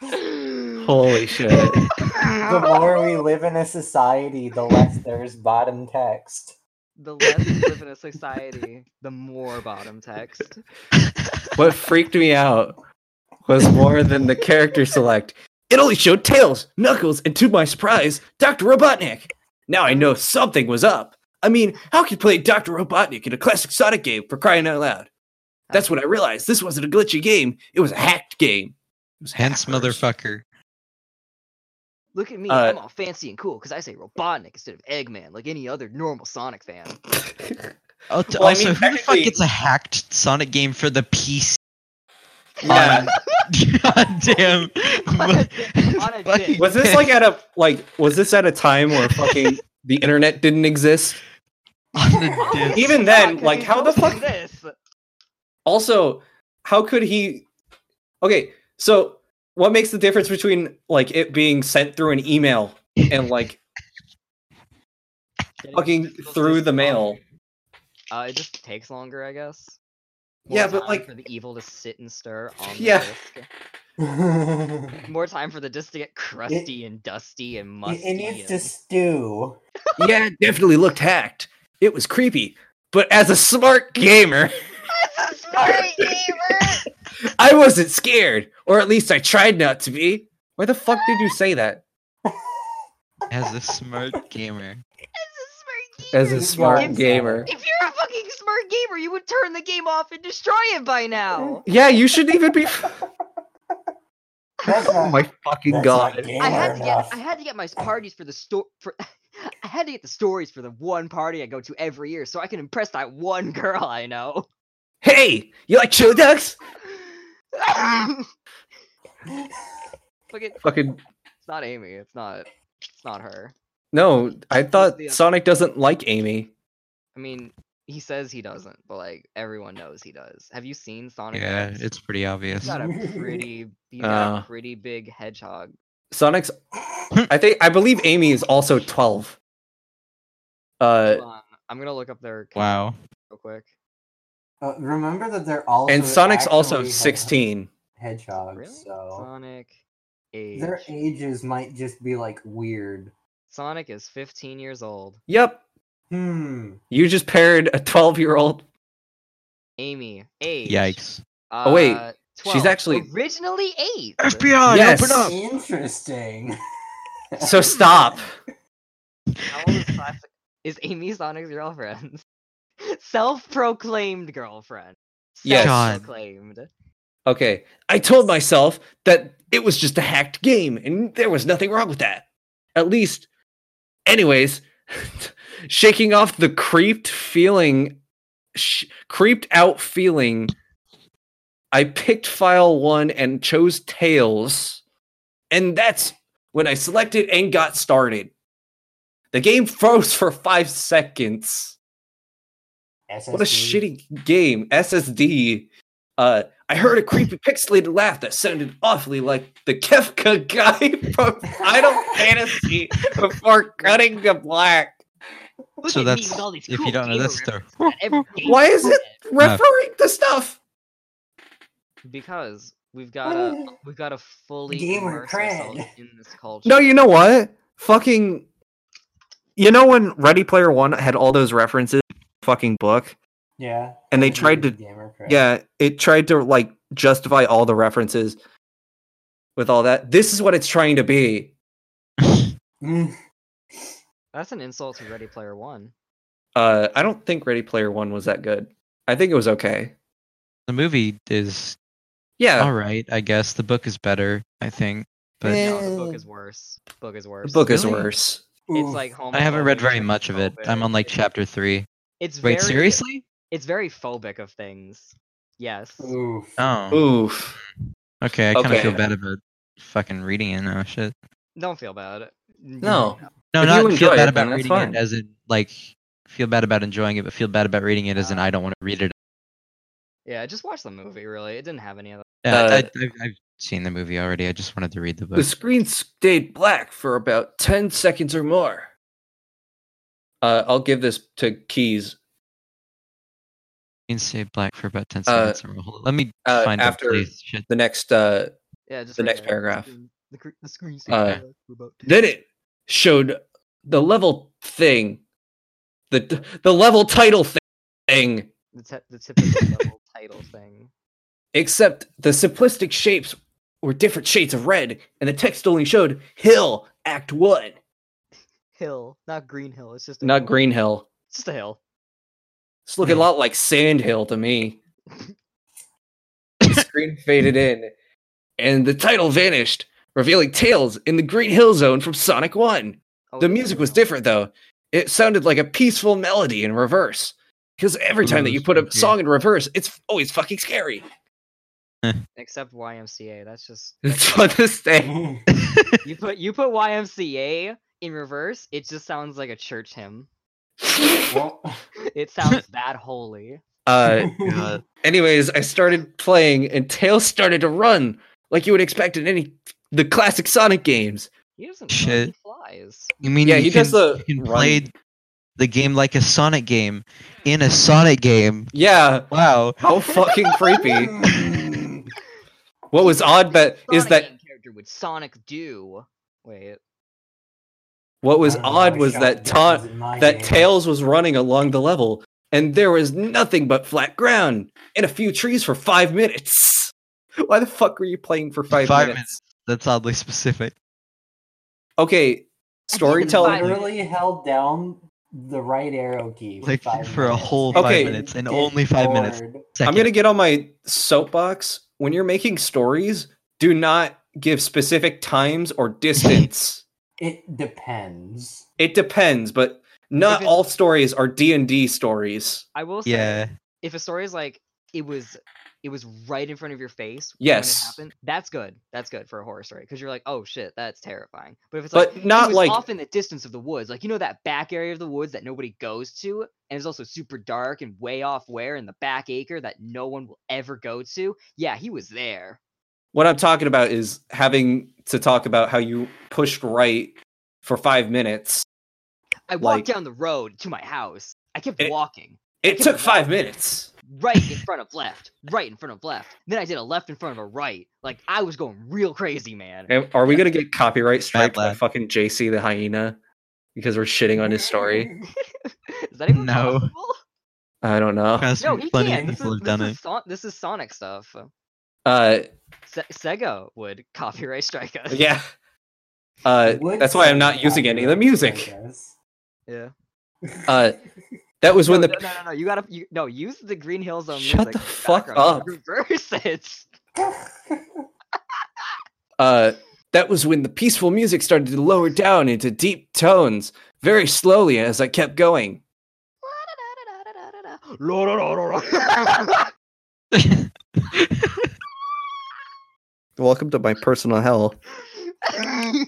A: Holy shit.
C: the <laughs> more we live in a society, the less there's bottom text. <laughs>
B: The less we live in a society, the more bottom text.
A: what freaked me out was more than the character select. It only showed Tails, Knuckles, and to my surprise, Dr. Robotnik. Now I know something was up. I mean, how could you play Dr. Robotnik in a classic Sonic game for crying out loud? That's when I realized this wasn't a glitchy game, it was a hacked game. It was
D: Hence
A: hackers.
D: <laughs> motherfucker.
B: Look at me,
A: Uh,
B: I'm all fancy and cool because I say Robotnik instead of Eggman, like any other normal
E: <laughs>
B: Sonic fan.
D: Oh, t-
A: Well, I
D: also,
A: mean,
D: who the fuck
A: technically-
D: gets a hacked Sonic game for the <laughs> PC?
A: Yeah.
D: God
A: <laughs>
D: damn.
B: On a dick, on a
D: Fucking
B: dick.
A: Was this like at a like was this at a time where fucking the internet didn't exist?
D: on
A: <laughs>
D: a dick.
A: Even
B: Yeah,
A: then,
B: 'cause
A: like
B: he's
A: how the
B: posting
A: fuck
B: This.
A: Also, how could he? Okay, so what makes the difference between like it being sent through an email and
C: <laughs>
A: like
B: Getting
A: fucking
B: physical
A: through
B: space
A: the
B: is
A: mail?
B: longer. Uh, it just takes longer, I guess.
A: Yeah, but,
B: time
A: like-
B: for the evil to sit and stir on the
A: Yeah.
B: disc.
C: it,
B: More time for the disc to get crusty and dusty and musty.
C: it
B: <laughs>
C: needs to
B: and-
D: <laughs>
C: stew.
A: Yeah, it definitely looked hacked. It was creepy, but as a smart gamer,
E: That's a smart gamer.
A: I wasn't scared, or at least I tried not to be. Why the fuck did you say that?
D: As a smart gamer.
A: <laughs>
E: That's a smart gamer.
A: As a
C: You
A: smart
C: guys-
A: gamer.
E: If you're a fucking smart gamer, you would turn the game off and destroy it by now.
A: Yeah, you shouldn't even be.
C: That's
A: Oh
C: not,
A: my fucking
C: that's not
A: god.
C: gamer
B: I had to
C: enough.
B: get I had to get my s- parties for the store for <laughs> I had to get the stories for the one party I go to every year so I can impress that one <laughs> girl I know.
A: Hey, you like show ducks?
C: <laughs>
B: Fucking it's
A: Fucking
B: not Amy, it's not it's not her.
A: no, I thought
B: Yeah.
A: Sonic doesn't like Amy.
B: I mean, he says he doesn't, but like everyone knows he does. Have you seen Sonic?
D: Yeah,
B: X?
D: it's pretty
B: he's
D: obvious.
B: got
D: <laughs>
B: a pretty he's got
A: Uh.
B: a pretty big hedgehog.
A: Sonic's I think I believe Amy is also 12. Uh
B: Hold on, I'm gonna look up their count
D: Wow.
B: real quick.
C: Uh, remember that they're also
A: and Sonic's also
C: actually hedge-
A: 16.
C: Hedgehogs,
B: Really?
C: so
B: Sonic age.
C: their ages might just be like weird.
B: Sonic is 15 years old.
A: Yep.
C: Hmm.
A: You just paired a 12-year-old.
B: Amy age.
D: Yikes.
B: Uh,
A: Oh, wait, she's
B: 12.
A: actually-
B: originally eight.
D: FBI,
A: Yes.
D: open up!
C: Interesting.
A: So
C: <laughs>
A: stop.
B: How old is classic- <laughs> is Amy Sonic's girlfriend? <laughs> Self-proclaimed girlfriend.
A: Yes.
D: John.
B: Self-proclaimed.
A: Okay. I told myself that it was just a hacked game and there was nothing wrong with that. At least anyways, <laughs> shaking off the creeped feeling sh- creeped out feeling I picked file 1 and chose tails. And that's when I selected and got started. The game froze for five seconds.
C: SSD.
A: What a shitty game. SSD. Uh, I heard a creepy pixelated laugh that sounded awfully like the Kefka <laughs> guy from Final Fantasy before cutting to black.
E: Look
D: So
E: at me
D: that's-
E: with all these
D: if
E: cool
D: you don't know
E: gamer
D: this stuff.
E: references at
B: <laughs>
E: every game
A: Why is
E: I'm
A: it referring to stuff?
B: because we've got a we've got to fully
C: Gamer
B: immerse ourselves
C: cred.
B: in this culture.
A: No, you know what? Fucking. You know when Ready Player One had all those references, in the fucking book,
C: Yeah.
A: and they
C: that's
A: tried to
C: really gamer crap. <laughs>
A: Yeah, it tried to like justify all the references with all that. This is what it's trying to be.
C: Mm,
B: That's an insult to Ready Player One.
A: Uh, I don't think Ready Player One was that good. I think it was okay.
D: The movie is
A: Yeah,
D: all right, I guess. The book is better, I think. But
B: No, the book
A: Eh.
B: is worse. Book is
A: the
B: worse.
A: book is
D: Really?
A: worse.
C: oof.
B: It's like home.
D: I haven't read very much of it. I'm on like chapter three.
B: It's
D: Wait,
B: very,
D: seriously?
B: It's very phobic of things. Yes.
C: Oof.
A: <laughs>
C: <laughs>
D: Oh,
A: Oof.
D: okay. I kind of
A: Okay.
D: feel bad about fucking reading it now. Shit.
B: Don't feel bad.
A: No.
D: No,
A: If you
D: not
A: enjoy
D: feel
A: it,
D: bad
A: then
D: about
A: that's
D: reading
A: fine.
D: it as in like feel bad about enjoying it, but feel bad about reading it as in I don't want to read it.
B: Yeah, just watch the movie. Really, it didn't have any of
D: Yeah,
A: Uh,
D: I, I've, I've seen the movie already. I just wanted to read the book.
A: The screen stayed black for about ten seconds or more. Uh, I'll give this to Keys
D: You can stay black for about ten
A: Uh,
D: seconds. or- hold- Let me
A: uh,
D: find
A: after-
D: a place.
A: <laughs>
D: Shit. <laughs>
A: the next uh,
B: that. Yeah, just
A: The
B: read
A: next
B: it.
A: paragraph.
B: The, cr- the screen
A: Uh,
B: saver for about ten
A: Then it showed the level thing, the the level title thing.
B: the, te- the typical level title thing.
A: Except the simplistic shapes were different shades of red, and the text only showed Hill Act One,
B: Hill, not Green Hill. It's just a
A: not
B: hill.
A: Green Hill.
B: It's just a hill.
A: It's looking a lot like Sand Hill to me. the screen faded in, and the title vanished, revealing Tales in the Green Hill Zone from Sonic One.
B: Oh,
A: The
B: yeah,
A: music was
B: no.
A: different though. It sounded like a peaceful melody in reverse. Because every time that
D: Ooh,
A: you put a
D: spooky.
A: song in reverse, it's always fucking scary. <laughs>
B: Except YMCA. That's just
A: It's
B: that's
A: on this day.
C: Mm.
B: you put you put YMCA in reverse. It just sounds like a church hymn.
A: <laughs>
C: Well,
B: It sounds that holy.
C: <laughs>
A: Uh,
C: Hmm.
A: anyways, I started playing, and Tails started to run like you would expect in any the classic Sonic games.
B: He doesn't run, he
D: Shit.
B: flies.
D: You mean
A: yeah,
D: you
A: he
D: can,
A: does the
D: you can
A: run-
D: play the game like a Sonic game in a Sonic game?
A: Yeah,
D: Wow.
A: how fucking creepy.
C: Mm.
A: What was Oh, odd that is
E: Sonic
A: that
E: game.
B: Character would Sonic do? Wait,
A: what was
C: I don't know,
A: odd
C: I
A: was
C: shot
A: that
C: guns
A: Taunt
C: in my
A: that
C: game.
A: Tails was running along the level, and there was nothing but flat ground and a few trees for five minutes. <laughs> Why the fuck were you playing for five,
D: Five
A: minutes?
D: minutes. That's oddly specific.
A: Okay,
E: five
A: storytelling.
E: minutes.
C: literally held down the right arrow key
D: Like
C: five
D: for a
C: minutes.
D: whole
A: five Okay.
D: minutes and
C: Get
D: only five minutes.
C: bored.
A: I'm gonna get on my soapbox. When you're making stories, do not give specific times or distance.
C: It depends.
A: it depends, but not
B: If it-
A: all stories are D and D stories.
B: I will say
D: Yeah.
B: if a story is like it was it was right in front of your face
A: Yes.
B: when it happened, that's good. That's good for a horror story because you're like, oh shit, that's terrifying. But if it's like
A: But
B: it
A: not
B: was
A: like
B: off in the distance of the woods, like you know that back area of the woods that nobody goes to, and it's also super dark and way off where in the back acre that no one will ever go to. Yeah, he was there.
A: what I'm talking about is having to talk about how you pushed right for five minutes.
B: I walked
A: Like-
B: down the road to my house. I kept
A: It-
B: walking.
A: It took five minutes.
B: right in front of left, right in front of left. Then I did a left in front of a right. Like I was going real crazy, man.
A: And Are we gonna get copyright striked by
D: lad.
A: fucking JC the hyena because we're shitting on his story?
C: <laughs>
B: <laughs> Is that even
D: No. <laughs>
B: possible?
A: I don't know.
D: Trust
B: No,
D: me,
B: he
D: plenty
B: can't.
D: of
B: This
D: people
B: is,
D: have
B: this,
D: done
B: is
D: it.
B: Son- this is Sonic stuff.
A: Uh,
B: Se- Sega would copyright strike us. <laughs>
A: yeah. Uh,
C: Would
A: that's why I'm
C: say
A: not using any of the
C: copyright
A: music.
C: strikes. <laughs>
B: yeah.
A: Uh, that was when
B: no,
A: the
B: no, no, no, no, you gotta, you, no, use the Green Hills on
A: Shut
B: music
A: the
B: in
A: fuck
B: background.
A: up.
B: <laughs>
A: <laughs>
B: Reverse it.
A: uh, that was when the peaceful music started to lower down into deep tones very slowly as I kept going. Welcome to my personal hell.
C: What do you mean?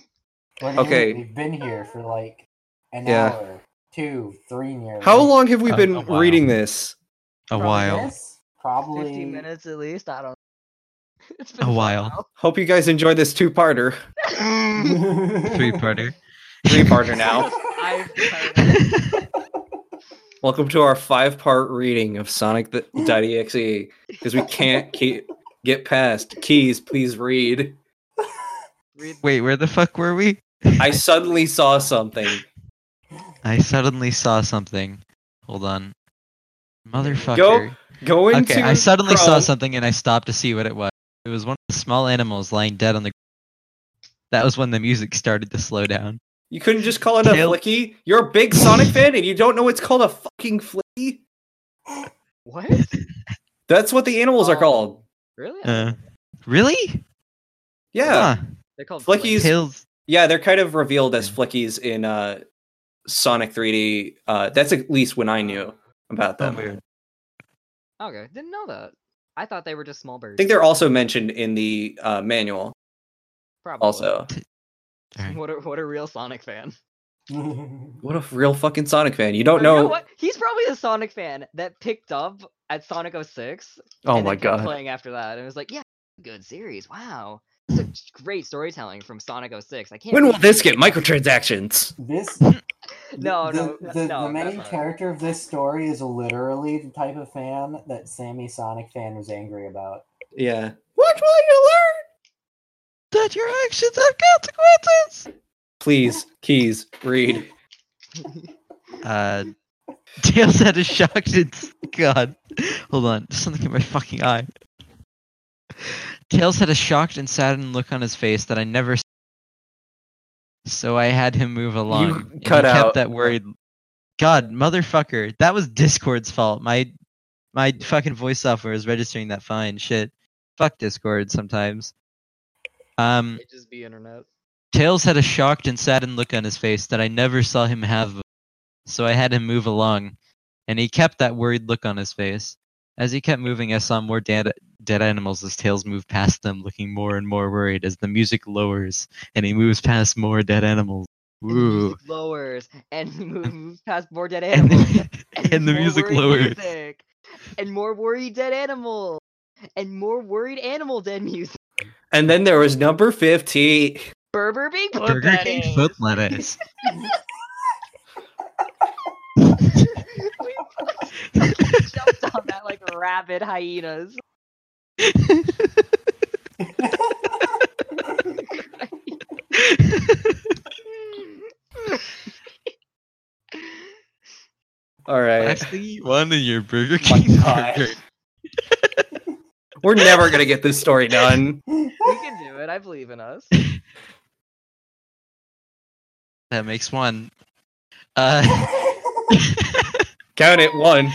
A: Okay.
C: We've been here for like an
A: Yeah.
C: hour, two, three nearly.
A: How long have we
D: Oh,
A: been
D: oh, wow.
A: reading this?
D: <laughs> A
C: From
D: <laughs> while.
C: this, probably
E: 15
C: <laughs>
E: minutes at least. I
B: <laughs>
E: don't. It's
D: A
E: so
D: while.
A: Hope you guys enjoyed this two-parter.
B: <laughs>
D: Three parter.
A: <laughs> Three-parter now.
E: I've heard of it.
D: I
A: Welcome to our five-part reading of Sonic the .exe because we can't keep get past keys. Please read.
D: <laughs>
B: Read
D: <laughs> Wait, where the fuck were we?
A: I suddenly saw something.
D: I suddenly saw something. Hold on. Motherfucker.
A: Go into
D: Okay, I suddenly saw
A: Chrome.
D: something and I stopped to see what it was. It was one of the small animals lying dead on the That was when the music started to slow down.
A: You couldn't just call it a
D: Tail-
A: flicky. You're a big Sonic fan and you don't know it's called a fucking flicky.
B: <laughs> what?
A: That's what the animals are
B: Oh.
A: called.
D: <laughs>
B: Really?
D: Uh, really?
A: Yeah,
D: Huh.
B: They're called
A: Flickies-
D: Tails.
A: yeah, they're kind of revealed as
D: Yeah.
A: flickies in uh, Sonic 3D. Uh, that's at least when I knew about
D: Oh,
A: them.
D: weird.
B: blades. Okay, didn't know that. I thought they were just small birds.
A: I think they're also mentioned in the uh, manual.
B: Probably.
A: Also,
B: <laughs>
D: Alright.
B: What a what a real Sonic fan.
A: what a real fucking Sonic fan! You don't
B: Or you
A: know?
B: what? He's probably a Sonic fan that picked up at Sonic 06.
A: oh
B: and then
A: my
B: kept
A: god!
B: Playing after that, and it was like, yeah, good series. Wow, such great storytelling from Sonic 06. I can't.
A: When will
B: believe
A: this
B: they-
A: get microtransactions?
C: <laughs>
B: <laughs>
C: This
B: No, <laughs>
C: the,
B: no,
C: The,
B: that's-
C: the
B: no, that's
C: main
B: not it.
C: character of this story is literally the type of fan that Sammy Sonic fan was angry about.
A: Yeah. What will you learn?
D: That your actions have consequences!
A: Please, keys, read.
D: Uh, Tails had a shocked. Ins- God. Hold on. There's something in my fucking eye. Tails had a shocked and saddened look on his face that I never. s- So I had him move along. and he
A: cut out.
D: Kept that worried. God, motherfucker! That was Discord's fault. My, my fucking voice software is registering that fine shit. Fuck Discord sometimes. Um.
B: It just be internet.
D: Tails had a shocked and saddened look on his face that I never saw him have, before, so I had him move along, and he kept that worried look on his face. As he kept moving, I saw more dead, dead animals as Tails moved past them, looking more and more worried as the music lowers and he moves past more dead animals.
B: And the
D: Woo.
B: music lowers and
A: <laughs>
B: we move, move past more dead
D: <laughs> And,
B: animals.
D: and the
B: more
D: music
B: worried
D: lowers.
B: music, and more worried dead animals. And more worried animal dead music.
A: And then there was number fifteen.
B: Burger Big Foot
D: <laughs> Burger
B: that
D: King
B: is. <laughs>
D: foot <laughs> lettuce.
B: we fucking <laughs> jumped on that like rabid <laughs> hyenas.
A: All right,
D: Actually, one in your Burger
A: My
D: King
A: God.
D: burger.
A: we're never gonna get this story done.
B: We can do it. I believe in us.
D: That makes one. Uh,
B: <laughs>
D: <laughs>
A: Count it one.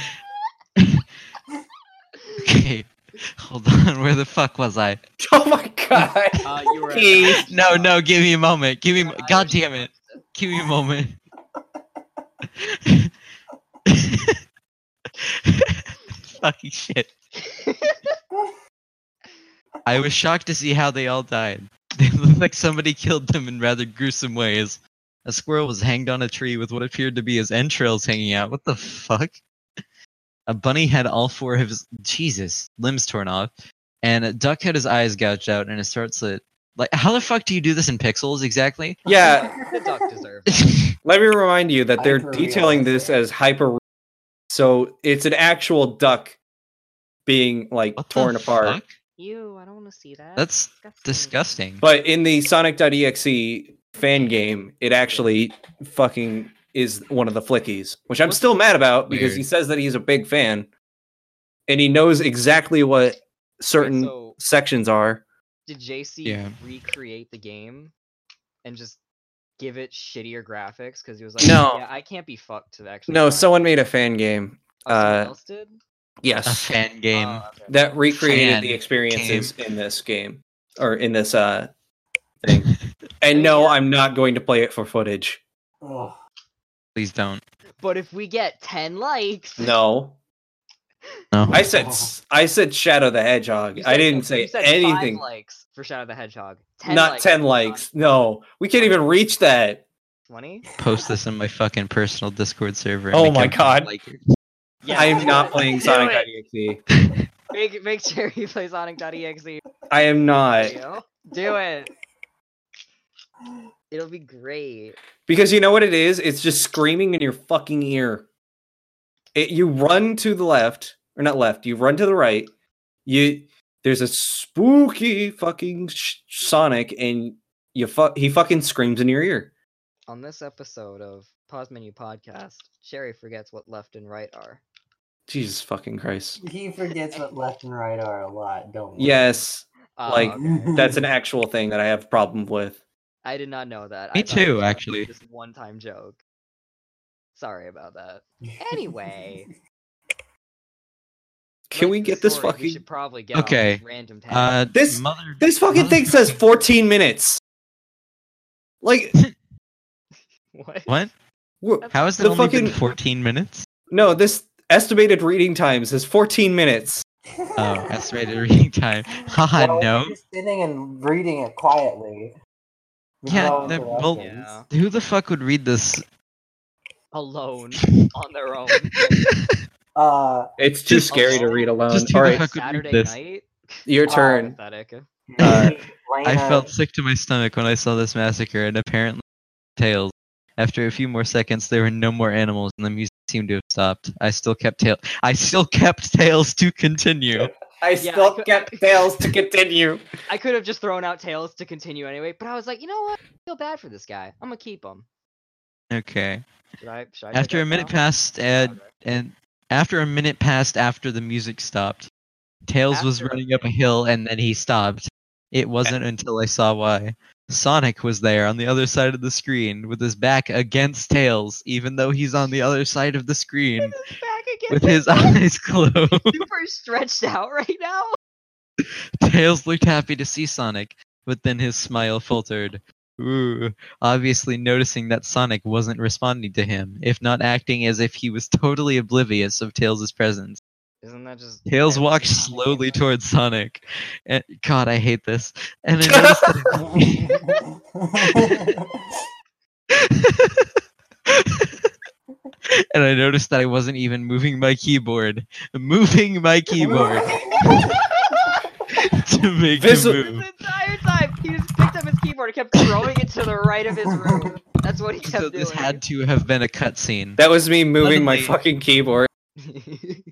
D: okay, <laughs> hold on. Where the fuck was I?
A: <laughs> Oh my <laughs> god.
B: Uh, you were
A: Keys.
D: <laughs> No, no, give me a moment. Give me,
B: I was-
D: god damn it. Give me a moment. <laughs> Fucking shit. I was shocked to see how they all died. <laughs> They looked like somebody killed them in rather gruesome ways. A squirrel was hanged on a tree with what appeared to be his entrails hanging out. What the fuck? A bunny had all four of his Jesus limbs torn off, and a duck had his eyes gouged out and his throat slit. Like, how the fuck do you do this in pixels exactly?
A: Yeah,
B: The duck deserved.
A: let me remind you that they're
C: Hyper-realistic.
A: detailing this as hyper. So it's an actual duck being like
D: What the
A: torn apart.
D: fuck?
B: You, I don't want to see that.
D: That's disgusting.
A: But in the Sonic.exe E fan game, it actually fucking is one of the flickies, which I'm
B: What-
A: still mad about because
D: Weird.
A: he says that he's a big fan and he knows exactly what certain
B: so
A: sections are.
B: did JC
D: Yeah.
B: recreate the game and just give it shittier graphics because he was like,
A: No.
B: yeah, I can't be fucked to actually."
A: No,
B: find
A: someone made a fan game.
B: Oh, someone
A: uh,
B: else did.
D: <laughs> A
A: Yes.
D: fan game.
B: Oh, okay.
A: that recreated
D: fan
A: the experiences in this game or in this uh
D: <laughs>
A: thing. And no,
B: Yeah.
A: I'm not going to play it for footage.
C: <laughs> Ugh.
D: Please don't.
B: But if we get ten likes,
A: No,
D: No.
A: I said s- I said Shadow the Hedgehog.
B: You
A: I
B: said-
A: didn't
B: you
A: say
B: said
A: anything.
B: Five likes for Shadow the Hedgehog.
A: Not ten
B: for Sonic.
A: likes. No, we can't even reach that.
B: Twenty.
D: Post this in my fucking personal Discord server.
A: Oh
D: make
A: my
D: everyone
A: God.
D: Like it.
A: I
E: <laughs>
A: am not
B: <laughs>
A: playing E
B: Do
A: Sonic.exe.
B: Make make sure you <laughs> play Sonic.exe.
A: I am not.
E: <laughs>
B: Yo. Do it.
E: It'll be great.
A: Because you know what it is? It's just screaming in your fucking ear. It, you run to the left, or not left, you run to the right. You there's a spooky fucking sh- Sonic and you fu- he fucking screams in your ear.
E: On this episode of Pause Menu Podcast, Sherry forgets what left and right are.
A: Jesus fucking Christ.
C: He forgets what left and right are a lot, don't we?
A: Yes,
E: Uh,
A: Like,
E: okay.
A: that's
C: <laughs>
A: an actual thing that I have problem with.
E: I did not know that.
D: Me
E: I thought it
D: too,
E: was
D: actually.
E: Just one time joke. Sorry about that. Anyway.
A: Can
E: Back
A: we
E: to the
A: get this
E: story, We
A: fucking
E: should probably get off this
D: Okay,
E: random tangent.
D: Uh,
A: This-
D: mother.
A: This fucking
D: mother-
A: thing says 14 minutes. Like
E: <laughs> what?
D: What?
A: wh-
D: <laughs> How has it
A: The
D: only
E: <laughs>
D: been
A: fucking-
D: 14 minutes?
A: no, this estimated reading time says 14 minutes.
C: <laughs>
D: Oh, estimated
A: <laughs>
D: reading time. <laughs> Haha,
C: Well,
D: no.
C: you're just sitting and reading it quietly. with
D: Yeah,
C: no
D: the- well-
C: interruptions.
E: Yeah.
D: Who the fuck would read this? <laughs>
E: Alone on their own.
C: Uh,
A: It's too
D: Just-
A: scary to read alone.
D: Just who
A: All
D: the
A: right,
D: fuck would read
E: Saturday
D: this?
E: night.
A: your
C: Uh,
A: turn.
E: Pathetic.
A: Uh,
C: maybe Lena,
D: I
C: <laughs>
D: felt sick to my stomach when I saw this massacre, and apparently, tails. After a few more seconds, there were no more animals, and the music seemed to have stopped. I still kept tail. I still kept tails to continue.
A: I
B: Yeah, still I cou-
A: kept fails to continue.
B: I could have just thrown out tails to continue anyway, but I was like, you know what? I feel bad for this guy. I'm gonna keep him.
D: Okay.
B: Should I? Should I pick
D: After a
B: up
D: minute
B: now?
D: passed, and and after a minute passed after the music stopped, tails was
B: After a
D: running up a hill, and then he stopped. It wasn't until I saw why. Sonic was there on the other side of the screen with his back against Tails, even though he's on the other side of the screen
B: He's back again.
D: with his <laughs> eyes closed.
B: <laughs> super stretched out right now.
D: Tails looked happy to see Sonic, but then his smile faltered. Ooh, obviously noticing that Sonic wasn't responding to him, if not acting as if he was totally oblivious of Tails' presence.
E: Isn't that just
B: <laughs>
D: Tails
E: every
D: walked
E: Sonic
D: slowly
E: anyway?
D: towards Sonic. And, God, I hate this. And I noticed that <laughs> and I noticed that I wasn't even moving my keyboard. Moving
C: <laughs>
D: my keyboard <laughs> to make
A: This-
B: This
D: him move.
B: entire time, he just picked up his keyboard and kept throwing it to the right
D: <laughs>
B: of his room. That's what he <laughs> kept
D: So this
B: doing.
D: had to have been a cutscene.
A: That was me moving my
D: Suddenly-
A: fucking keyboard.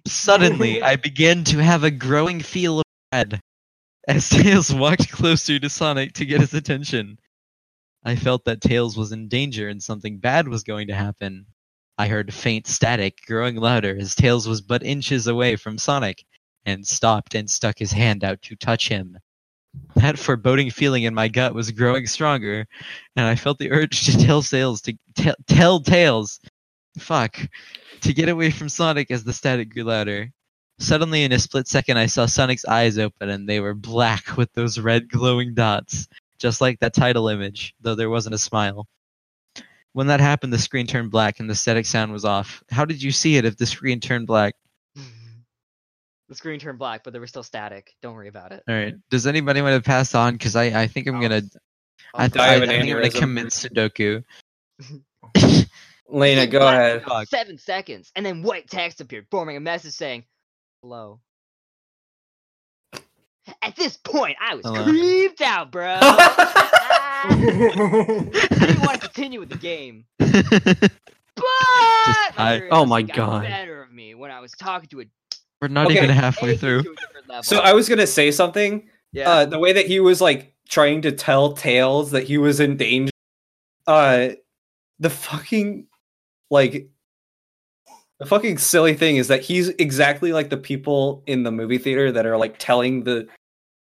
D: Suddenly, I began to have a growing feel of dread as <laughs> Tails walked closer to Sonic to get his attention. I felt that Tails was in danger and something bad was going to happen. I heard faint static growing louder as Tails was but inches away from Sonic and stopped and stuck his hand out to touch him. That foreboding feeling in my gut was growing stronger, and I felt the urge to tell Tails to tell, tell Tails, fuck, to get away from Sonic as the static grew louder. Suddenly, in a split second, I saw Sonic's eyes open, and they were black with those red glowing dots, just like that title image, though there wasn't a smile. When that happened, the screen turned black and the static sound was off. How did you see it if the screen turned black?
B: <laughs> the screen turned black, but there was still static. Don't worry about it.
D: All right. Does anybody want to pass on? Because I, I think I'm gonna I,
A: die
D: I,
A: of an
D: think I'm gonna
A: aneurysm.
D: commit Sudoku.
A: Lena, go ahead.
D: Fuck.
E: Seven seconds, and then white text appeared, forming a message saying, "Hello." At this point, I was
D: Hello.
E: creeped out,
A: <laughs>
E: bro.
B: Uh,
E: I didn't
B: <laughs>
E: want to continue with the game, but
D: I-
E: curiosity
A: oh my
E: got
A: God.
E: better of me when I was talking to a
D: We're not
A: Okay.
D: even halfway
E: egg
D: through.
E: to a different level.
A: So I was gonna say something.
E: yeah,
A: Uh, the way that he was like trying to tell Tails that he was in danger. Uh, the fucking like the fucking silly thing is that he's exactly like the people in the movie theater that are like telling the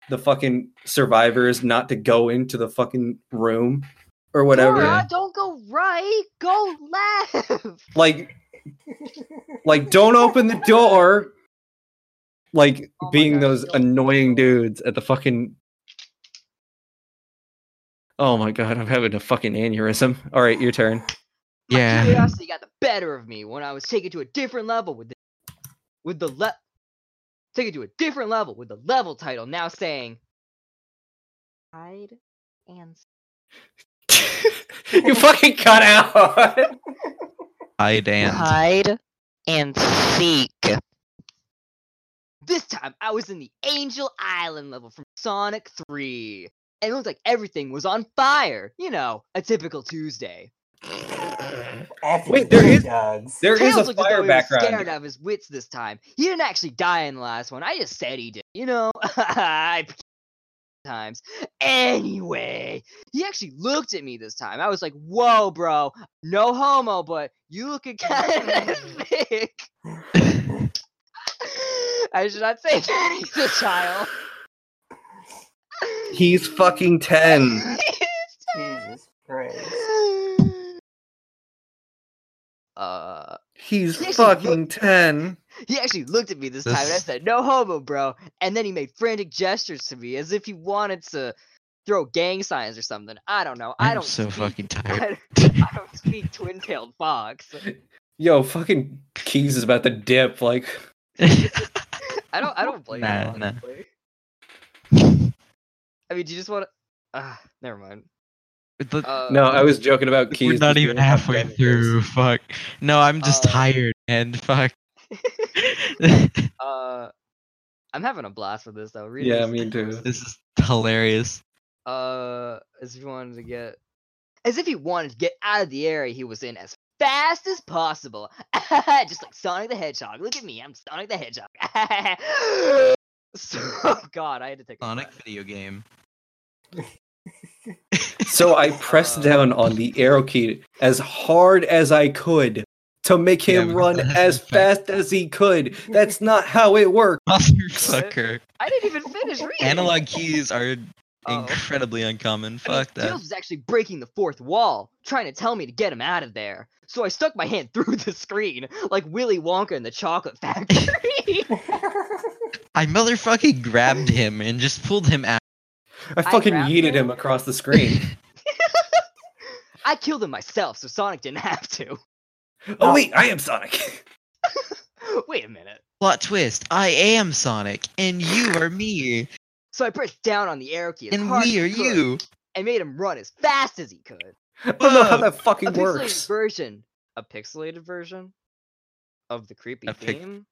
A: the fucking survivors not to go into the fucking room or
B: Oh
A: whatever.
E: Dora, don't go right, go left.
A: like like don't open the door like
E: Oh my
A: being
E: gosh,
A: those
E: don't open the
A: annoying
E: door.
A: dudes at the fucking oh my god i'm having a fucking aneurysm all right your turn
E: My
D: Yeah.
E: curiosity got the better of me when I was taken to a different level with the with the le- taken to a different level with the level title now saying hide and
A: you fucking cut out.
D: Hide and
E: Hide and seek.
B: This time I was in the Angel Island level from Sonic 3. And it looked like everything was on fire. You know, a typical Tuesday.
C: After
A: Wait,
C: the
A: there is-
C: dogs.
A: There is
B: Tails
A: a
B: looked as though
A: fire
B: he was
A: background.
B: scared out of his wits this time. He didn't actually die in the last one. I just said he did. You know, <laughs> I p- times. Anyway, he actually looked at me this time. I was like, "Whoa, bro, no homo, but you looking <laughs> kind of thick." I should not say that he's a child.
A: <laughs> He's fucking ten.
C: Jesus Christ.
B: <laughs> uh.
A: He's
B: Yes, he
A: fucking ten.
B: He actually looked at me this time and I
D: This-
B: said, No homo, bro. And then he made frantic gestures to me as if he wanted to throw gang signs or something. I don't know. I
D: I'm
B: don't
D: so
B: speak,
D: fucking
B: I <laughs>
D: tired.
B: don't,
D: <laughs>
B: I don't speak twin tailed fox.
A: Yo, fucking Keys is about to dip. Like,
B: I don't I don't blame
D: Nah,
B: him.
D: nah.
B: honestly. I mean, do you just want to. Uh, never mind.
D: But
B: Uh,
A: no, I was joking about Keys.
D: We're not even
A: being
D: halfway
A: hyperactive.
D: through. Fuck. No, I'm just
B: Uh,
D: tired and fuck. <laughs>
B: Uh, <laughs> I'm having a blast with this, though. Read
A: Yeah,
B: this.
A: me too.
D: this is hilarious.
B: uh as if he wanted to get as if he wanted to get out of the area he was in as fast as possible <laughs> just like sonic the hedgehog look at me i'm sonic the hedgehog <laughs> so oh god i had to take a
D: Sonic
B: breath.
D: video game.
A: So I pressed
B: Uh,
A: down on the arrow key as hard as I could to make
D: Yeah,
A: him
D: but <laughs>
A: run
D: that's
A: as
D: the fact.
A: fast as he could. That's not how it worked.
D: Motherfucker.
B: i didn't even
D: <laughs>
B: finish reading
D: Analog keys are
B: Oh.
D: incredibly uncommon.
B: I mean,
D: <laughs> Fuck that.
B: Tails was actually breaking the fourth wall, trying to tell me to get him out of there. So I stuck my hand <laughs> through the screen, like Willy Wonka in the Chocolate <laughs> Factory.
D: I motherfucking grabbed him and just pulled him out.
A: I fucking
B: grabbed
A: yeeted
B: him.
A: him across the screen.
B: <laughs> I killed him myself, so Sonic didn't have to. <laughs>
A: oh wait, I am Sonic. <laughs>
B: Wait a minute.
D: Plot twist. I am Sonic and you are me
B: So I pressed down on the arrow key as
D: and
B: hard
D: we are
B: as he could
D: you.
B: and made him run as fast as he could.
A: I don't know how
D: Whoa.
A: that fucking
B: a pixelated
A: works.
B: version, a pixelated version of the creepy
D: A pic-
B: theme.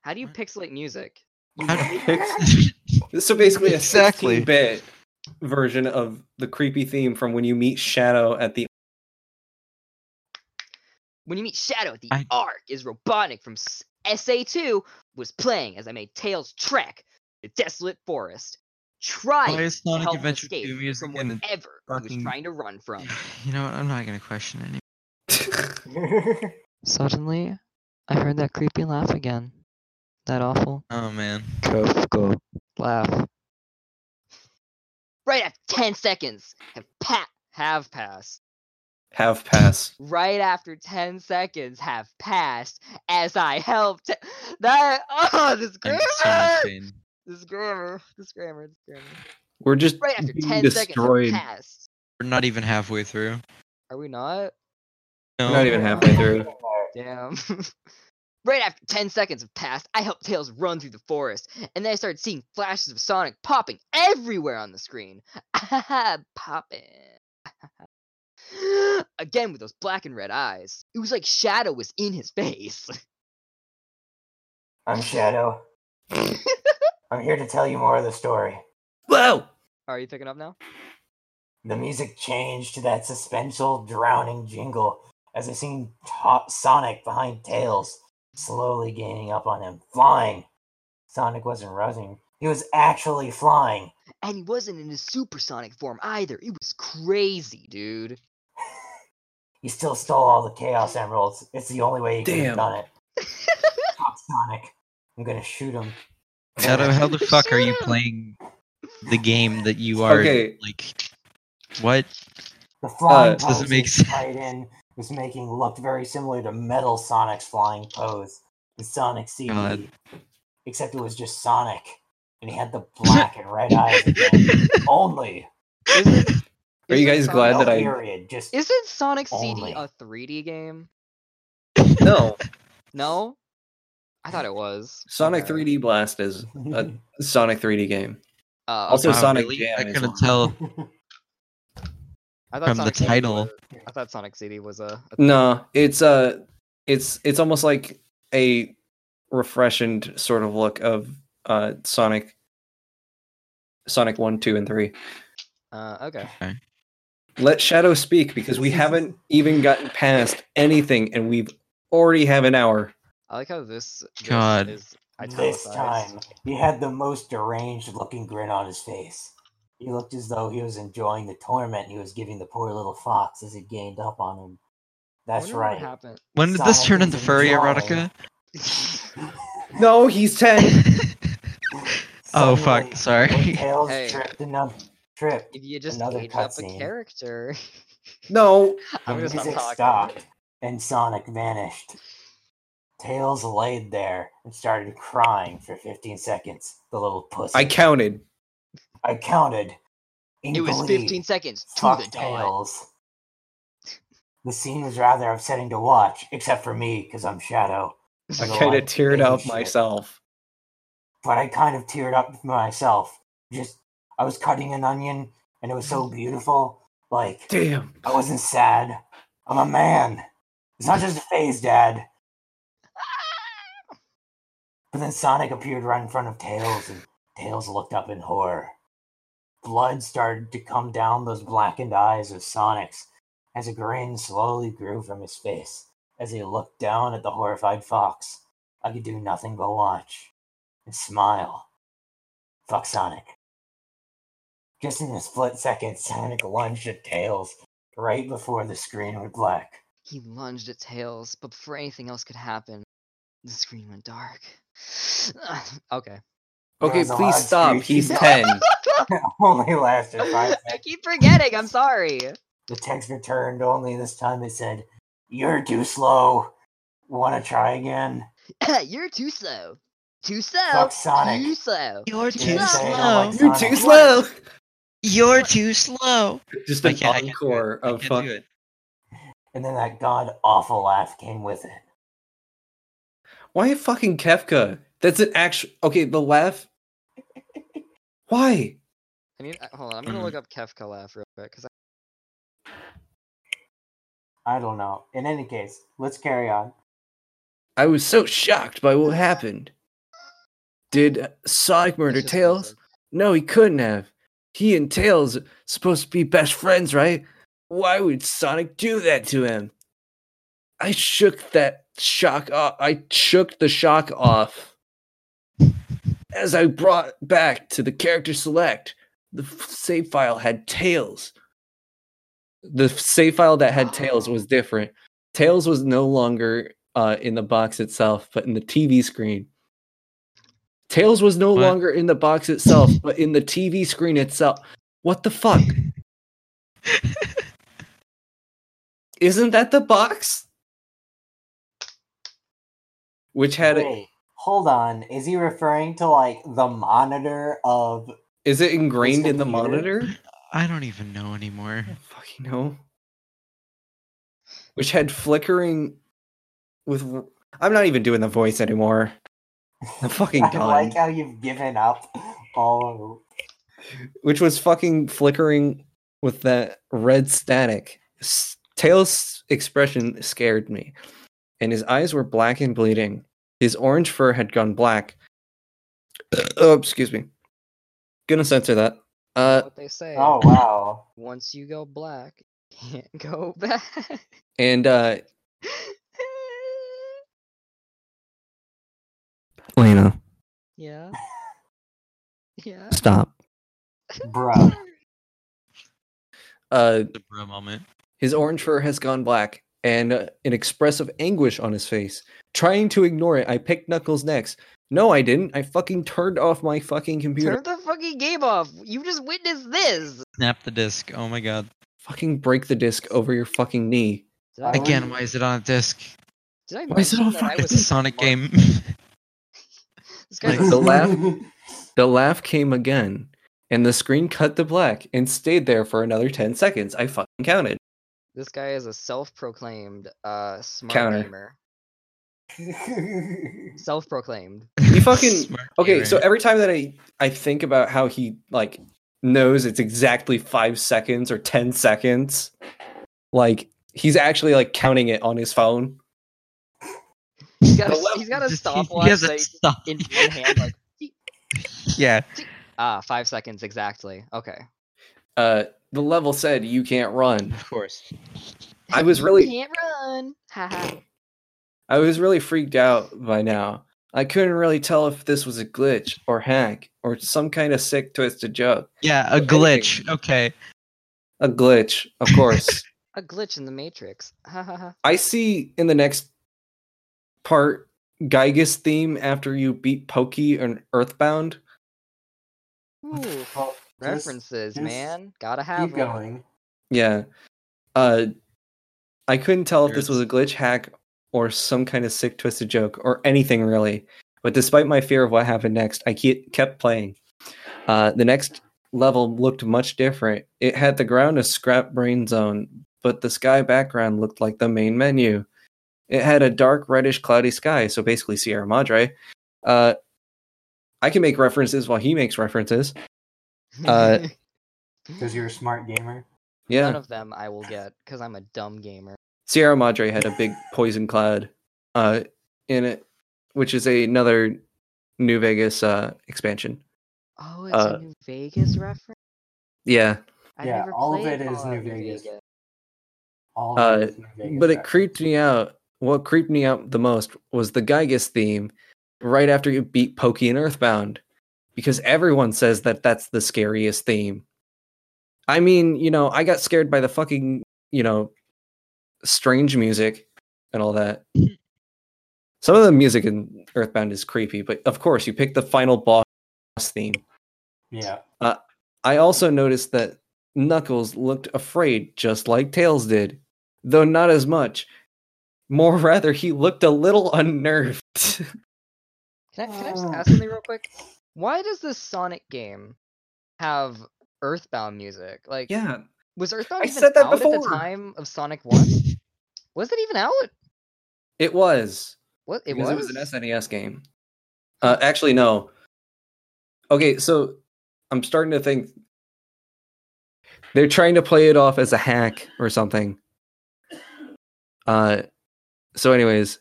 B: How do you
D: What?
B: pixelate music?
D: <laughs>
C: <laughs>
A: So basically, a
D: Exactly.
A: 16-bit version of the creepy theme from when you meet Shadow at the <laughs>
B: When you meet Shadow, the
D: I-
B: arc is robotic from S- SA2 was playing as I made Tails trek the desolate forest, trying
D: Why is
B: to
D: Sonic
B: help him
D: Adventure
B: escape
D: 2 music
B: from
D: in the
B: whatever he
D: fucking-
B: was trying to run from.
D: You know what? I'm not gonna question any.
E: Suddenly, I heard that creepy laugh again. That awful
D: Oh man.
E: cough go laugh.
B: Right after 10 seconds have pa- have passed.
A: Have Pass.
B: right after 10 seconds have passed as I helped that oh this
D: I'm
B: grammar
D: in so much pain.
B: this grammar this grammar this grammar
A: We're just
B: right after
A: being
B: 10
A: destroyed.
B: seconds have passed
D: We're not even halfway through.
B: are we not
D: No.
A: We're not even halfway through.
B: damn <laughs> right after 10 seconds have passed I helped Tails run through the forest and then I started seeing flashes of Sonic popping everywhere on the screen <laughs> popping <laughs> again with those black and red eyes it was like shadow was in his face <laughs>
C: I'm Shadow. I'm here to tell you more of the story.
D: <laughs>
A: Whoa!
B: are you picking up now
C: The music changed to that suspenseful, drowning jingle as I seen Ta- Sonic behind Tails, slowly gaining up on him, flying. Sonic wasn't rushing; he was actually flying.
B: And he wasn't in his supersonic form either. It was crazy,
A: <laughs>
B: dude.
C: He still stole all the Chaos Emeralds. It's the only way he could
A: Damn.
C: have done it. Fuck Sonic! I'm gonna shoot him.
D: Shadow, how the fuck are you
B: Shadow.
D: playing the game that you are
A: Okay.
D: like? What?
C: The flying
A: does
D: it
C: pose
D: Uh, make
C: his
D: sense?
C: tied in was making looked very similar to Metal Sonic's flying pose in Sonic CD,
D: God.
C: except it was just Sonic, and he had the black and red eyes
D: <laughs>
C: again. Only
B: Isn't-
A: Are you
B: isn't
A: guys
B: Sonic-
A: glad
C: no
A: that I- Oh
C: period, just <laughs>
B: Isn't Sonic CD
C: Only.
B: a 3D game?
A: No,
B: No? I thought it was.
A: Sonic
B: Okay.
A: 3D Blast is a Sonic 3D game.
B: Uh,
A: Also,
B: okay.
A: Sonic
D: really?
A: Jam
D: I
A: is
D: couldn't
A: one.
D: tell.
B: I thought
D: From the
B: Sonic CD
D: title.
B: was- I thought Sonic CD was a. a-
A: No, it's uh it's it's almost like a refreshened sort of look of uh Sonic Sonic 1, 2 and 3.
B: Uh, okay.
A: Let Shadow speak because we haven't even gotten past anything and we've already have an hour.
B: I like how this. this
D: God.
B: Is
C: This
B: italicized.
C: time, he had the most deranged looking grin on his face. He looked as though he was enjoying the torment he was giving the poor little fox as it gained up on him.
B: I
C: That's
B: wonder what
C: right.
B: happened. <laughs>
D: When did this turn
C: Sonic
D: into
C: is
D: furry
C: drawing.
D: erotica?
A: No, he's 10.
D: oh
C: Suddenly,
D: fuck, sorry.
C: When
D: <laughs>
C: Tails
B: Hey.
C: tripped another trip,
B: If you just
C: Another
B: age up a
C: cutscene.
B: character, <laughs>
A: No.
C: the
B: I'm gonna stop
C: music
B: talking.
C: stopped, and Sonic vanished. Tails laid there and started crying for 15 seconds. The little pussy.
A: I counted.
C: I counted. In
B: it was
C: glee.
B: 15 seconds to
C: Fuck
B: the dot.
C: Tails. The scene was rather upsetting to watch, except for me, because I'm Shadow.
A: I
C: <laughs> Otherwise,
A: kind of teared
C: taking
A: up
C: shit.
A: myself.
C: But I kind of teared up for myself. Just, I was cutting an onion, and it was
B: <laughs>
C: so beautiful. Like,
A: Damn.
C: I wasn't sad. I'm a man. It's not just a phase, Dad. But then Sonic appeared right in front of Tails, and Tails looked up in horror. Blood started to come down those blackened eyes of Sonic's as a grin slowly grew from his face as he looked down at the horrified fox. I could do nothing but watch and smile. Fuck Sonic. Just in a split second, Sonic lunged at Tails right before the screen went black.
B: <laughs>
C: <laughs>
B: He lunged at Tails, but before anything else could happen, the screen went dark. <sighs> okay.
C: There
A: Okay,
C: was a
A: please
C: loud
A: stop.
C: screeching
A: He's
C: noise.
A: 10.
B: <laughs>
C: Hmm. only lasted five
B: I
C: seconds.
B: keep forgetting. I'm
C: <coughs>
B: sorry. <coughs>
C: The text returned, only this time it said, You're too slow. Wanna try again?
B: You're too slow. Too slow.
C: Fuck Sonic.
B: Too slow.
D: You're
C: too slow.
A: You're too slow.
D: You're too slow.
A: Just
D: I
A: an
D: can't- I can't do it.
A: encore
D: I
A: of
D: can't
A: fuck.
D: do it.
C: And then that god awful laugh came with it.
A: Why fucking Kefka? That's an actual. Okay, the laugh. Why?
B: I mean, uh, hold on. I'm
A: Mm-hmm.
B: gonna look up Kefka laugh real quick because
C: I don't know. In any case, let's carry on.
A: I was so shocked by what happened. Did Sonic murder Tails? No, he couldn't have. He and Tails are supposed to be best friends, right? Why would Sonic do that to him? I shook that shock off. I shook the shock off as I brought back to the character select. The f- save file had Tails. The f- save file that had Tails was different. Tails was no longer uh, in the box itself, but in the TV screen. Tails was no
D: What?
A: longer in the box itself, but in the TV screen itself. What the
C: <laughs>
A: fuck? Isn't that the box? Which had a,
C: Wait, hold on. Is he referring to like the monitor of
A: is it ingrained in the
C: computer?
A: monitor?
D: I don't even know anymore.
A: Fucking no. Which had flickering with r- I'm not even doing the voice anymore. The fucking
C: <laughs> I like
A: god.
C: how you've given up all
A: Which was fucking flickering with that red static. S- Tails' expression scared me, and his eyes were black and bleeding. His orange fur had gone black. <clears throat> oh, excuse me. Gonna censor that. Uh,
B: what they say.
C: Oh wow.
B: Once you go black, you can't <laughs> go back.
A: and uh, Lena,
B: yeah. Yeah.
A: stop.
B: <laughs>
C: Bruh.
A: Uh,
D: The bro moment.
A: His orange fur has gone black, and uh, an express of anguish on his face. Trying to ignore it, I picked Knuckles' necks. No, I didn't. I fucking turned off my fucking computer.
B: Turn the fucking game off. You just witnessed this.
D: Snap the disc. Oh my god.
A: Fucking break the disc over your fucking knee.
B: Did I,
C: Again,
D: Again, why is it on a disc?
B: did I
A: why is it
B: mention
A: on
B: that I
A: fucking
B: was
D: It's a Sonic
B: smart?
D: game.
B: This
A: Like,
B: guy's a
A: the
C: <laughs>
A: laugh- The laugh came again, and the screen cut to black and stayed there for another 10 seconds. I fucking counted.
B: This guy is a self-proclaimed uh smart
A: Counter.
B: gamer. Self-proclaimed.
A: You fucking-
D: Smart
A: Okay, so
D: <laughs> gamer.
A: every time that I, I think about how he, like, knows it's exactly five seconds or 10 seconds. Like, he's actually like counting it on his phone.
B: He's got a,
A: <laughs>
B: he's got a
D: Just- <laughs>
B: stopwatch
D: has a
B: that he-
D: stop-
C: <laughs>
B: in one hand, like
D: yeah.
B: ah, five seconds exactly. Okay.
A: Uh, the level said you can't run.
D: Of course.
A: I was really,
B: Can't run. Ha ha.
A: I was really freaked out by now. I couldn't really tell if this was a glitch or hack or some kind of sick twisted joke.
D: Yeah, a glitch. Okay.
A: A glitch, of course.
B: A glitch in the matrix. <laughs> Ha ha ha.
A: I see in the next part Gygas theme after you beat Pokey and Earthbound.
B: Ooh,
C: Well, just
B: references,
C: just
B: man. Gotta have
C: keep
B: them. <laughs>
C: going.
A: Yeah. Uh I couldn't tell if this was
D: There's-
A: a glitch hack or some kind of sick twisted joke or anything really. But despite my fear of what happened next, I ke- kept playing. Uh the next level looked much different. It had the ground a scrap brain zone, but the sky background looked like the main menu. It had a dark reddish cloudy sky, so basically Sierra Madre. Uh I can make references while he makes references. Uh,
C: Because you're a smart gamer.
A: Yeah.
B: None of them I will get because I'm a dumb gamer.
A: Sierra Madre had a big poison cloud uh, in it, which is a, another New Vegas uh, expansion.
B: Oh, it's
A: Uh,
B: a New Vegas reference.
A: Yeah,
B: I've
C: yeah,
B: never
C: all of
B: played
C: it is
B: Fallout
C: New Vegas.
B: Vegas.
C: All
A: Uh,
C: of it is New Vegas
A: but it
C: reference.
A: creeped me out. What creeped me out the most was the Gygas theme right after you beat Pokey and Earthbound, because everyone says that that's the scariest theme. I mean, you know, I got scared by the fucking, you know, strange music and all that. Some of the music in Earthbound is creepy, but of course, you pick the final boss theme.
C: Yeah.
A: I also noticed that Knuckles looked afraid, just like Tails did, though not as much. More <laughs> rather, he looked a little unnerved.
B: Can I, can I just
C: Oh.
B: ask something real quick? Why does this Sonic game have Earthbound music? Like,
A: yeah,
B: was Earthbound
A: I
B: even
A: said that
B: out at the
A: before.
B: time of Sonic One? was it even out?
A: it was.
B: What it
A: because
B: was?
A: it was an SNES game. Uh, actually, no. Okay, so I'm starting to think they're trying to play it off as a hack or something. Uh, so, anyways,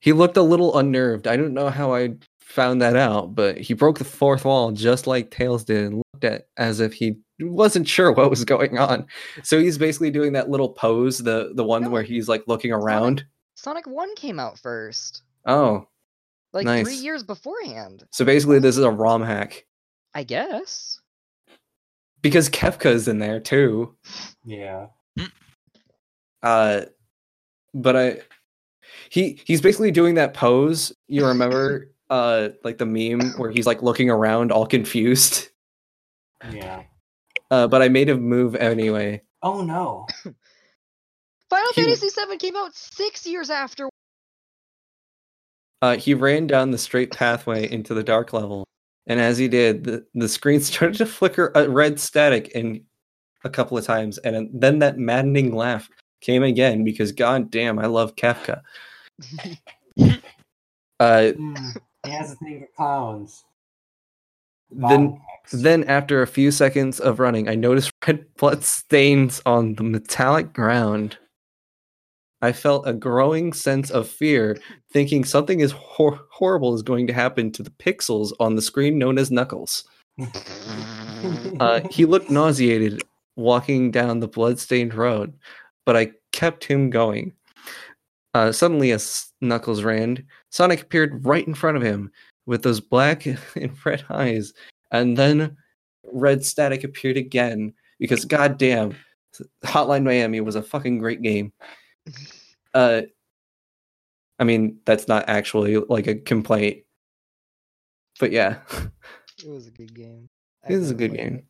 A: he looked a little unnerved. I don't know how I found that out, but he broke the fourth wall just like Tails did and looked at as if he wasn't sure what was going on. So he's basically doing that little pose, the the one
B: No,
A: where he's like looking around.
B: Sonic One came out first,
A: Oh,
B: like three
A: Nice.
B: years beforehand,
A: so basically this is a ROM hack.
B: I guess.
A: because Kefka's in there too.
C: Yeah.
A: Uh, but I, he he's basically doing that pose. You remember, uh, like the meme where he's like looking around all confused. <laughs>
C: Yeah.
A: Uh, but I made him move anyway.
C: Oh no.
B: Final
A: He-
B: Fantasy VII came out six years after. <laughs>
A: Uh, he ran down the straight pathway into the dark level, and as he did, the, the screen <laughs> started to flicker a red static and a couple of times, and then that maddening laugh came again because god damn, I love Kefka. Uh,
C: Mm, He has a thing for clowns.
A: Then-
C: Bombcast.
A: Then, after a few seconds of running, I noticed <laughs> red blood stains on the metallic ground. I felt a growing sense of fear, thinking something is hor- horrible is going to happen to the pixels on the screen known as Knuckles. <laughs> Uh, he looked nauseated walking down the blood-stained road, but I kept him going. Uh, suddenly, as Knuckles ran, Sonic appeared right in front of him with those black <laughs> and red eyes, and then red static appeared again because goddamn, Hotline Miami was a fucking great game. Uh, I mean, that's not actually like a complaint, but yeah, <laughs>
B: It was a good game.
A: it is a good game.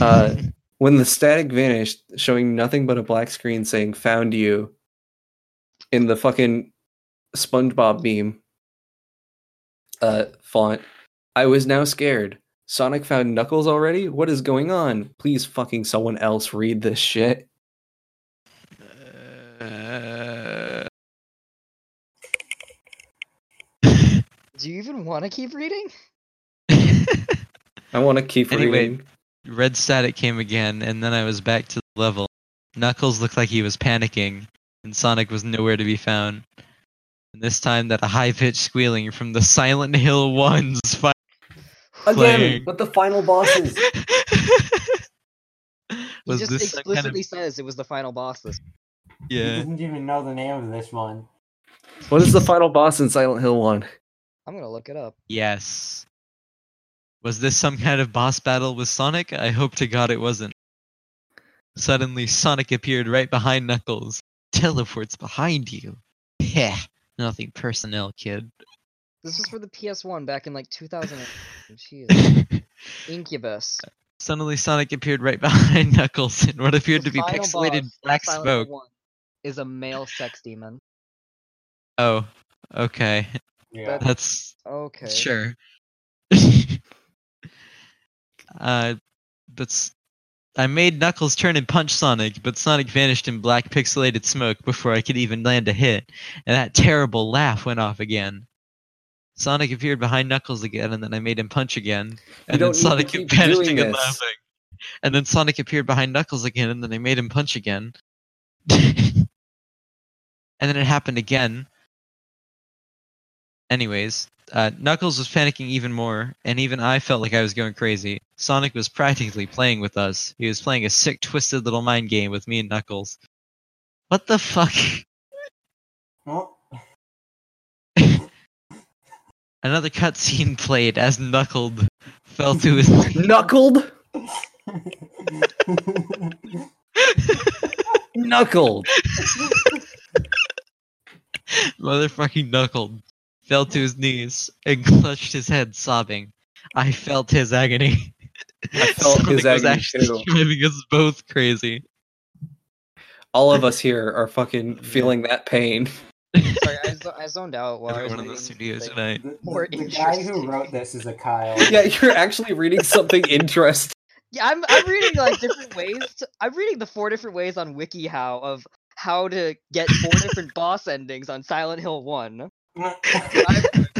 A: Uh, <laughs> when the static vanished, showing nothing but a black screen saying "Found you" in the fucking SpongeBob meme uh, font, I was now scared. Sonic found Knuckles already. What is going on? Please, fucking someone else read this shit.
B: <laughs>
D: Uh, <laughs>
B: Do you even want to keep reading? <laughs>
A: I want to keep
D: Anyway,
A: reading.
D: red static came again, and then I was back to the level. Knuckles looked like he was panicking, and Sonic was nowhere to be found. And this time, that high pitched squealing from the Silent Hill ones. fi-
F: Again,
D: Playing.
F: with the final
D: <laughs>
F: bosses.
B: He
D: was
B: just
D: this some
B: explicitly
D: kind of
B: says it was the final boss. This <laughs>
C: You
D: yeah?
C: didn't even know the name of this one.
A: <laughs> What is the final boss in Silent Hill One?
B: I'm gonna look it up.
D: Yes. Was this some kind of boss battle with Sonic? I hope to God it wasn't. Suddenly, Sonic appeared right behind Knuckles. Teleports behind you. Heh. Nothing personnel, kid. <laughs>
B: This was for the PS1 back in like 2000.
A: <laughs>
B: Jeez.
D: Suddenly,
B: Incubus.
D: Sonic appeared right <laughs> behind Knuckles in what appeared
B: The
D: to be
B: final boss
D: pixelated
B: of
D: black
B: Silent Hill
D: smoke.
B: 1 Is a male sex demon.
D: Oh, okay.
C: Yeah.
B: That-
D: That's
B: Okay.
D: Sure. <laughs> uh, but s- I made Knuckles turn and punch Sonic, but Sonic vanished in black pixelated smoke before I could even land a hit, and that terrible laugh went off again. Sonic appeared behind Knuckles again, and then I made him punch again, and
F: don't need
D: then
F: to
D: Sonic
F: keep
D: vanished
F: doing
D: again
F: this.
D: laughing, and then Sonic appeared behind Knuckles again, and then I made him punch again, <laughs> and then it happened again. Anyways, uh, Knuckles was panicking even more, and even I felt like I was going crazy. Sonic was practically playing with us. He was playing a sick, twisted little mind game with me and Knuckles. What the fuck? <laughs>
C: Well,
D: Another cutscene played as Knuckled fell to his <laughs> knees.
A: Knuckled, <laughs> knuckled.
D: Motherfucking Knuckled fell to his knees and <laughs> clutched his head, sobbing. I felt his agony. <laughs>
A: I felt
D: Sonic
A: his
D: was
A: agony
D: actually
A: too.
D: <laughs> driving us both crazy.
A: All of us here are fucking feeling that pain.
B: Sorry, I, zo- I zoned out while I was
D: Everyone in the
B: reading
D: studio
B: thing.
D: tonight.
C: the,
B: More
C: the guy who
B: interesting.
C: wrote this is a
A: <laughs>
C: Kyle.
A: Yeah, you're actually reading <laughs> something interesting.
B: Yeah, I'm I'm reading like different ways. To, I'm reading the four different ways on WikiHow of how to get four different boss endings on Silent Hill One. I'm doing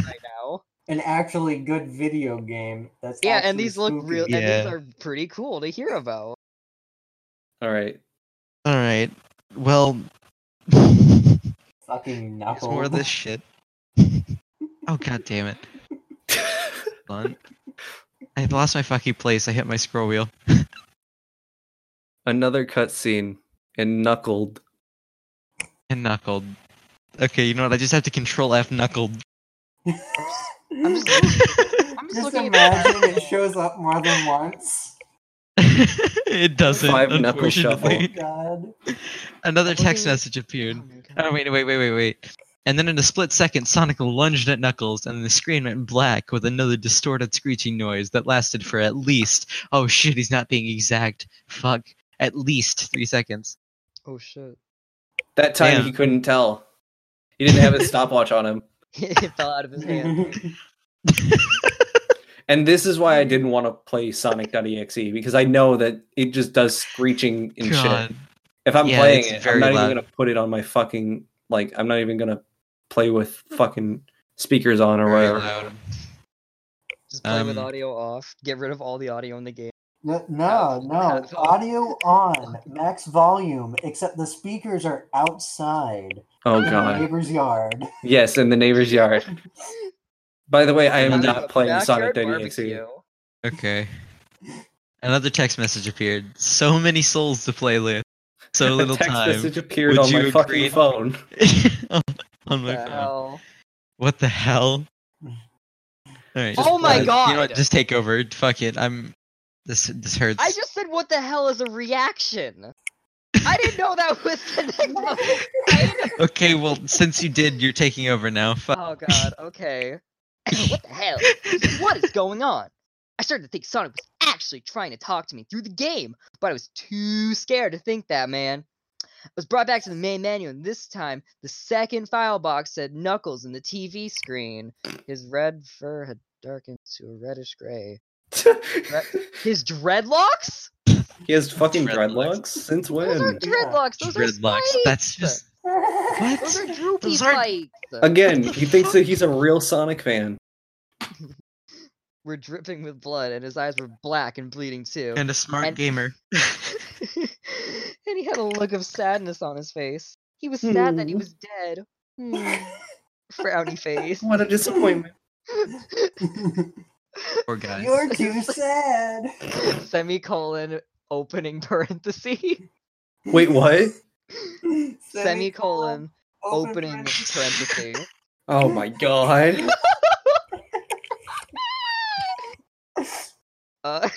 B: right now.
C: <laughs> An actually good video game. That's
B: Yeah, and
C: actually
B: these look
C: spooky.
B: real, and
D: Yeah.
B: these are pretty cool to hear about.
A: All right.
D: All right. <laughs> Well.
C: Fucking
D: It's more
C: knuckles.
D: of this shit. oh god damn it. Blunt. I lost my fucking place. I hit my scroll wheel.
A: Another cutscene and knuckled.
D: And knuckled. Okay, you know what? I just have to control F knuckled. <laughs>
C: <laughs>
B: I'm just, looking- I'm just
C: Just
B: looking at <laughs>
C: imagine it
B: the
A: <laughs>
C: shows up more than once.
D: it doesn't.
A: Five knuckle
D: unfortunately.
C: Oh, God.
D: Another
B: I'm
D: text
B: looking-
D: message appeared.
B: Oh my
D: Oh
B: God.
D: wait, wait, wait, wait, wait. And then in a split second, Sonic lunged at Knuckles, and the screen went black with another distorted screeching noise that lasted for at least oh shit, he's not being exact. Fuck. At least three seconds.
B: Oh shit! <laughs>
A: That time
D: Damn.
A: he couldn't tell. He didn't <laughs> have his stopwatch on him.
B: it fell out of his hand.
C: <laughs>
A: And this is why I didn't want to play Sonic.exe because I know that it just does screeching and
D: God.
A: shit. If I'm
D: Yeah,
A: playing
D: it's
A: it,
D: very
A: I'm not
D: loud.
A: even gonna put it on my fucking like. I'm not even gonna play with fucking speakers on or
D: Very
A: whatever.
D: loud.
B: Just play with
D: Um,
B: audio off. Get rid of all the audio in the game.
C: No, no, no. Audio on, max volume, except the speakers are outside
A: Oh
C: in the
A: god.
C: neighbor's yard.
A: Yes, in the neighbor's yard. By the way, I am
D: Another
A: not playing
B: Backyard
A: Sonic.exe.
B: barbecue.
D: Okay. Another text message appeared. So many souls to play with.
A: <laughs>
D: So little
A: a text
D: time.
A: message appeared
D: Would
A: on
D: you
A: my
D: agree?
A: fucking phone. <laughs>
D: <laughs> on, on my
A: uh,
B: The
D: phone.
B: hell?
D: What the hell? All right. just
B: Oh my
D: play it. You know what?
B: God.
D: Just take over. Fuck it. I'm. This this hurts.
B: I just said, "What the hell is a reaction?" I didn't know that was the
C: <laughs>
B: next level. I didn't know-
D: Okay. Well, since you did, you're taking over now. Fuck.
B: Oh god. Okay. <laughs> what the hell?
D: <laughs>
B: What is going on? I started to think Sonic was actually trying to talk to me through the game, but I was too scared to think that, man. I was brought back to the main menu, and this time the second file box said Knuckles in the TV screen. His red fur had darkened to a reddish gray. His dreadlocks?
A: he has fucking
D: Dreadlocks.
A: dreadlocks. Since
B: Those
A: when?
B: aren't dreadlocks. Those
D: dreadlocks.
B: are
D: <laughs>
B: spikes.
D: That's just
B: Those
D: what.
B: are droopy
D: Those aren't-
B: spikes.
A: Again, he thinks that he's a real Sonic fan.
B: were dripping with blood, and his eyes were black and bleeding too.
D: and a smart
B: And-
D: gamer.
B: <laughs> and he had a look of sadness on his face. He was sad that he
F: Hmm.
B: was dead.
C: <laughs>
B: Hmm. Frowny
A: <laughs>
B: face.
A: What a disappointment.
D: Poor
C: <laughs>
D: guy.
C: You're too sad.
B: <laughs> Semicolon opening parenthesis.
A: Wait, what?
B: Semicolon opening
C: parentheses.
B: parenthesis.
A: Oh <laughs> my god.
B: Uh,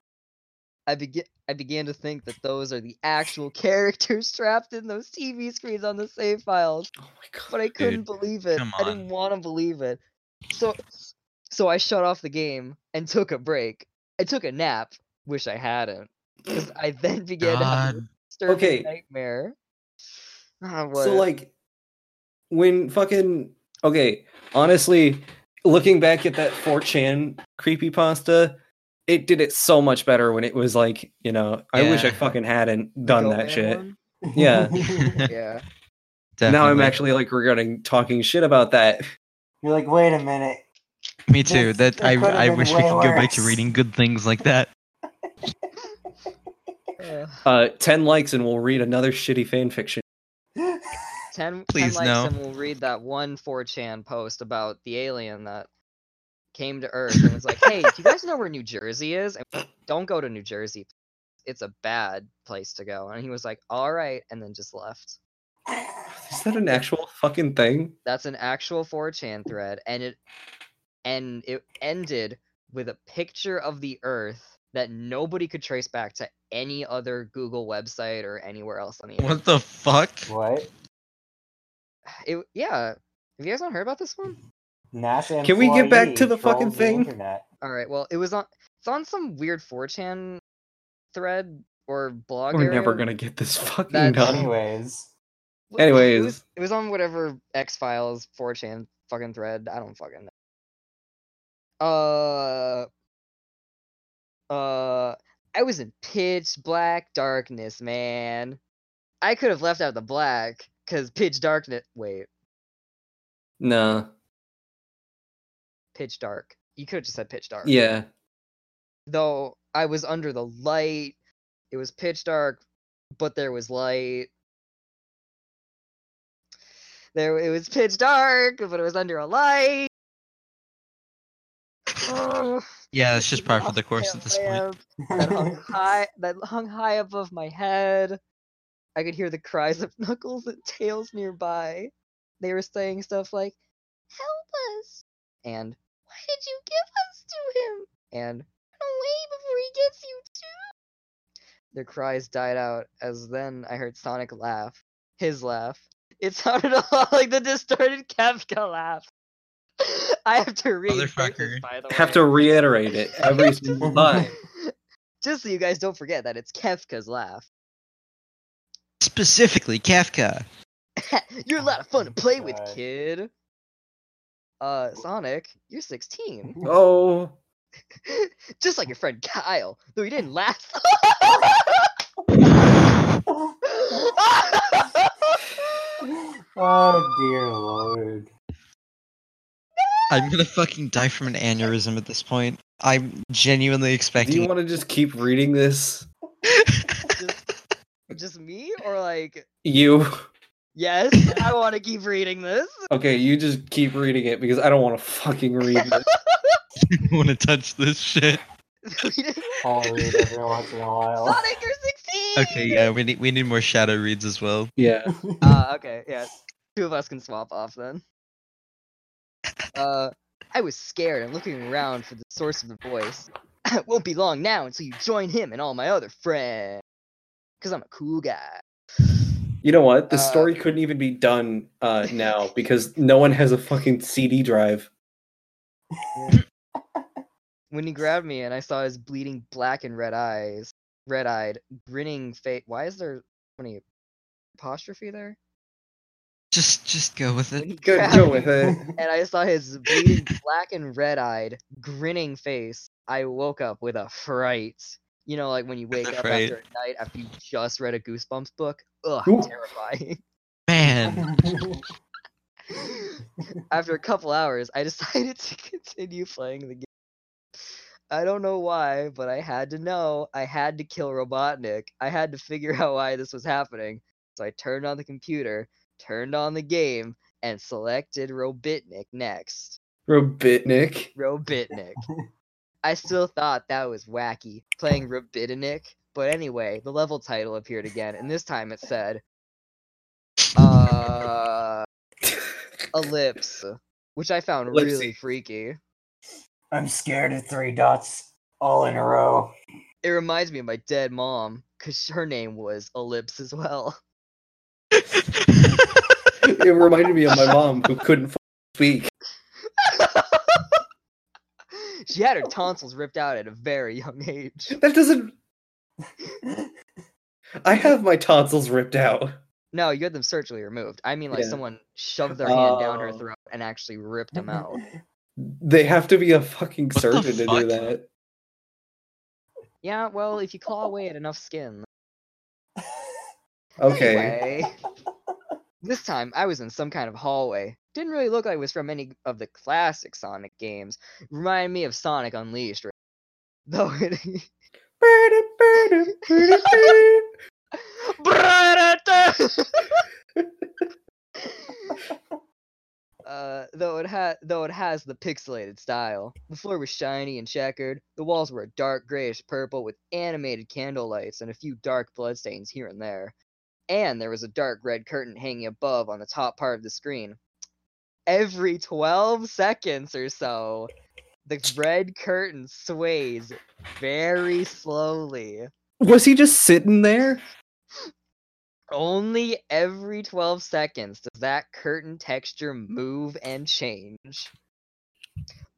B: <laughs> I begin. I began to think that those are the actual characters <laughs> trapped in those TV screens on the save files,
A: Oh my god.
B: but I couldn't believe it.
D: come
B: I didn't
D: on.
B: want to believe it. So, so I shut off the game and took a break. I took a nap. Wish I hadn't. 'cause I then began to have a <laughs>
D: God.
B: disturbing
A: Okay.
B: nightmare. Ah,
A: So
B: what?
A: like when fucking okay, honestly, looking back at that 4chan creepypasta, it did it so much better when it was like, you know, I wish I
D: Yeah.
A: fucking hadn't done
B: Go
A: that
B: Man
A: shit.
B: one?
A: <laughs> Yeah.
D: <laughs>
B: Yeah.
A: Now I'm
D: Definitely.
A: actually like regretting talking shit about that.
C: <laughs> You're like, wait a minute. <laughs>
D: Me too.
C: That's-
D: That I,
C: that could've
D: I
C: been
D: wish we
C: way
D: could go back to
C: worse.
D: reading good things like that.
B: Uh,
A: Uh 10 likes and we'll read another shitty fan fiction.
B: ten,
D: Please,
B: 10 likes
D: no.
B: and we'll read that one 4chan post about the alien that came to Earth and was like, hey, do you guys know where New Jersey is? And we were like, Don't go to New Jersey. It's a bad place to go. And he was like, all right, and then just left.
A: Is that an actual fucking thing?
B: That's an actual 4chan thread, and it and it ended with a picture of the Earth that nobody could trace back to any other Google website or anywhere else on the internet.
D: What the fuck?
C: what?
B: It, yeah, have you guys not heard about this one?
C: NASA
A: Can we get back to
C: employee
A: the fucking
C: trolls
A: thing?
C: internet.
B: All right. Well, it was on. It's on some weird 4chan thread or blog.
A: We're never
B: area.
A: gonna get this fucking
B: That's-
A: done.
C: Anyways,
B: Wh- it
A: anyways.
B: was- it was on whatever X Files 4chan fucking thread. I don't fucking know. Uh. Uh. I was in pitch black darkness, man. I could have left out the black because pitch darkness. Wait,
A: No.
B: pitch dark. You could have just said pitch dark.
A: Yeah.
B: though I was under the light. It was pitch dark, but there was light. There it was pitch dark, but it was under a light. Ugh,
D: Yeah, that's just
B: freaking
D: par for the course
B: goddamn
D: at this
B: <laughs> lamp That
C: <laughs>
D: point.
B: hung high that hung high above my head. I could hear the cries of <laughs> Knuckles and Tails nearby. They were saying stuff like, Help us and why did you give us to him? And run away before he gets you too. Their cries died out as then I heard Sonic laugh. His laugh. It <laughs> sounded a lot like the distorted Kafka laugh. <laughs> I have to read this,
D: Motherfucker.
B: by the way.
A: Have to reiterate it every
B: Just-
D: <laughs>
A: single time.
B: Just so you guys don't forget that it's Kefka's laugh. <laughs>
D: Specifically, Kafka.
B: you're a lot of
D: <laughs>
B: fun to play with,
C: God.
B: kid. Uh, Sonic, you're
D: <laughs>
B: 16.
A: Oh,
B: <laughs> Just like your friend Kyle, though he
D: <laughs>
B: didn't laugh. <laughs>
C: oh dear lord.
D: I'm gonna fucking die from an aneurysm at this point. I'm genuinely
A: do you
D: <laughs> expecting.
A: want to just keep reading this?
B: Just me, or like,
A: You
B: yes, I want to keep reading
D: <laughs>
B: this. <laughs>
A: okay? You just keep reading it because I don't want to fucking read
D: <laughs>
A: this.
D: want to touch this shit?
B: Reading-
C: I'll read every once in a while.
A: <laughs>
B: Sonic, you're 16.
D: Okay, yeah, we need we need more shadow reads as well.
A: Yeah,
B: Uh, okay, yeah. Two of us can swap off then. Uh, I was scared and looking around for the source of the voice. <laughs> it won't be long now until you join him and all my other friends. Because I'm a cool guy.
A: you know what? The
B: Uh,
A: story couldn't even be done uh, now because no one has a fucking CD drive.
B: When he grabbed me and I saw his bleeding black and red eyes, red eyed, grinning face. Why is there so many apostrophe there?
D: Just just go with
B: When
D: it.
B: he
A: Go,
B: grabbed
A: go
B: me-
A: with it.
B: and I saw his bleeding black and red eyed, grinning face, I woke up with a fright. You know, like when you wake
D: a
B: up
D: fright.
B: after a night after you just read a Goosebumps book. Ugh,
A: Ooh.
B: terrifying. <laughs>
D: Man,
B: <laughs> after a couple hours, I decided to continue playing the game. I don't know why, but I had to know. I had to kill Robotnik. I had to figure out why this was happening. So I turned on the computer, turned on the game, and selected Robitnik next.
A: Robitnik. <laughs>
B: Robitnik. I still thought that was wacky, playing Robitnik. But anyway, the level title appeared again, and this time it said, uh, Ellipse, which I found really
A: Ellipsy.
B: freaky.
C: <laughs> I'm scared of three dots all in a row.
B: It reminds me of my dead mom, because her name was Ellipse as well. <laughs>
D: <laughs>
A: it reminded me of my mom who couldn't f- speak.
B: she had her tonsils ripped out at a very young age.
A: That doesn't. I have my tonsils ripped out.
B: No, you had them surgically removed. I mean, like
A: Yeah.
B: someone shoved their hand down her
A: Oh.
B: throat and actually ripped them
C: <laughs>
B: out.
A: They have to be a fucking
D: What the
A: surgeon to do
D: fuck?
A: that.
B: Yeah, well, if you claw away at enough skin.
A: Okay.
B: Anyway, <laughs> this time I was in some kind of hallway. Didn't really look like it was from any of the classic Sonic games. Reminded me of Sonic Unleashed. <laughs> right? Though it. <laughs> Uh, though it ha- though it has the pixelated style. The floor was shiny and checkered. The walls were a dark grayish purple with animated candle lights and a few dark bloodstains here and there. And there was a dark red curtain hanging above on the top part of the screen. Every 12 seconds or so, the red curtain sways very slowly.
A: <laughs> Was he just sitting there?
B: Only every 12 seconds does that curtain texture move and change.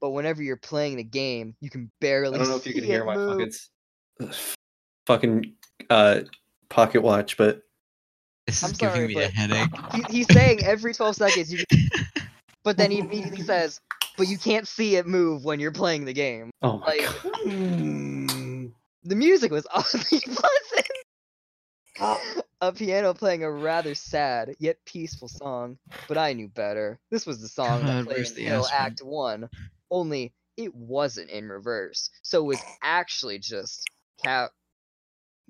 B: But whenever you're playing the game, you can barely.
A: I don't know if you can
B: see
A: hear
B: it
A: my
B: move.
A: pockets. Fucking uh, pocket watch, but
D: This is
B: I'm
D: giving
B: sorry,
D: me a
B: but-
D: headache.
B: He, he's saying every
A: <laughs>
B: 12 seconds, you can... but then he immediately says, "But you can't see it move when you're playing the game."
A: oh my <laughs>
B: Like-
A: god,
C: Hmm.
B: The music was <laughs> oddly pleasant. <laughs> a piano playing a rather sad yet peaceful song, but I knew better. This was the song
D: God,
B: that played
D: where's
B: in
D: the
B: Hill
D: ass one?
B: Act One, only it wasn't in reverse, so it was actually just cap
C: It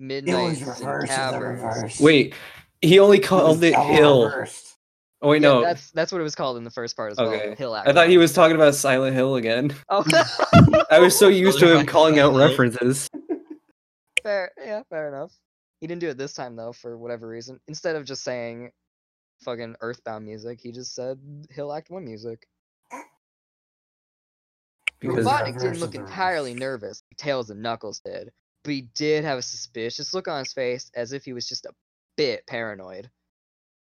B: midnight
C: was
B: in
C: reverse of the
B: caverns.
C: reverse.
A: wait, he only
C: was
A: called it
C: double
A: hill.
C: reversed.
A: Oh wait,
B: Yeah,
A: no,
B: that's that's what it was called in the first part as well.
A: Okay.
B: Hill Act.
A: I thought he
B: One.
A: was talking about Silent Hill again. <laughs>
B: Oh, <laughs>
A: I was so used <laughs> to him calling out
D: Silent Hill.
A: references.
B: fair. Yeah, fair enough. He didn't do it this time though, for whatever reason. Instead of just saying fucking Earthbound music, he just said Hill Act One music.
A: Because
C: Robot-
B: Robotnik didn't
C: Reverse
B: look
C: of the reverse.
B: entirely nervous, like Tails and Knuckles did, but he did have a suspicious look on his face as if he was just a bit paranoid.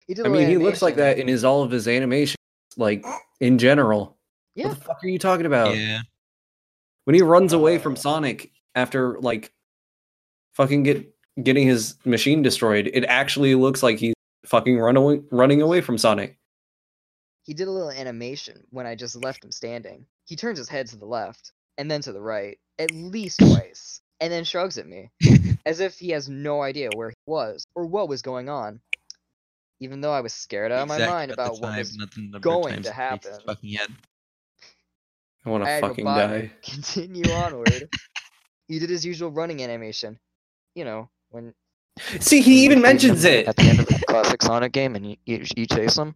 B: He did
A: I
B: a
A: mean,
B: little
A: he looks like that
B: animation.
A: in his all of his animations, like in general.
B: <laughs> Yeah.
A: What the fuck are you talking about?
D: <laughs> Yeah.
A: When he runs away from Sonic after like fucking get getting his machine destroyed, it actually looks like he's fucking run away, running away from Sonic.
B: He did a little animation when I just left him standing. He turns his head to the left and then to the right at least twice, and then shrugs at me as if he has no idea where he was or what was going on. Even though I was
D: <laughs>
B: scared out of my
D: Exact
B: mind
D: about the
B: about what
D: time,
B: was
D: nothing number of
B: going
D: times
B: to
D: it breaks his
B: happen.
D: Fucking head.
A: I want
B: I
A: to
B: had
A: fucking
B: Robotnik
A: die.
B: <laughs> Continue onward. he did his usual running animation. You know, when
A: See, he
D: <laughs>
A: even mentions it.
B: at the end of the classic Sonic game, and you, you, you chase him.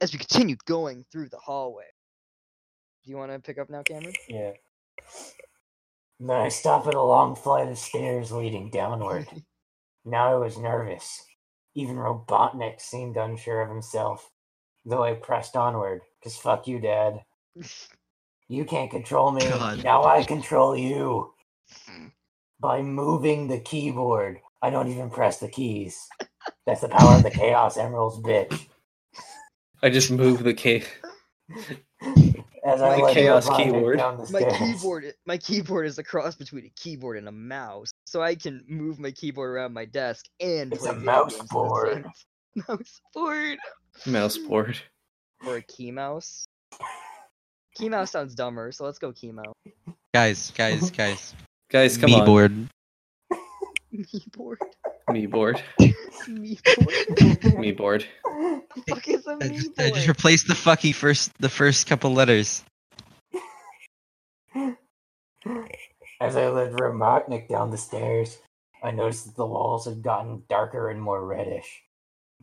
B: As we continued going through the hallway, do you want to pick up now, Cameron?
C: Yeah. And Then I stop at a long flight of stairs leading downward. Now I was nervous. Even Robotnik seemed unsure of himself. Though I pressed onward, 'cause fuck you, Dad. You can't control me.
D: God.
C: Now I control you. By moving the keyboard. I don't even press the keys. That's the power of the Chaos Emeralds, bitch.
A: I just move the case.
C: As I
A: My
C: led
A: chaos
C: Robotnik
A: keyboard.
C: down the
B: <laughs> my
C: stairs.
B: keyboard, i- my keyboard is a cross between a keyboard and a mouse, so I can move my keyboard around my desk and
C: It's
B: play
C: a
B: video
C: mouse
B: games at the
C: board.
B: same- <laughs> Mouse board
A: Mouse board.
B: or a key mouse. Key mouse sounds dumber, so let's go key mouse.
D: Guys,
B: <laughs>
D: guys, guys.
A: Guys, come
D: Me
A: on.
D: board.
B: Me
E: <laughs>
B: board.
A: Me board.
B: Me
A: <laughs>
B: board.
A: Me board.
B: The fuck is a
D: I
B: me
D: just,
B: board?
D: I just replaced the fucking first the first couple letters.
C: As I led Ramotnik down the stairs, I noticed that the walls had gotten darker and more reddish.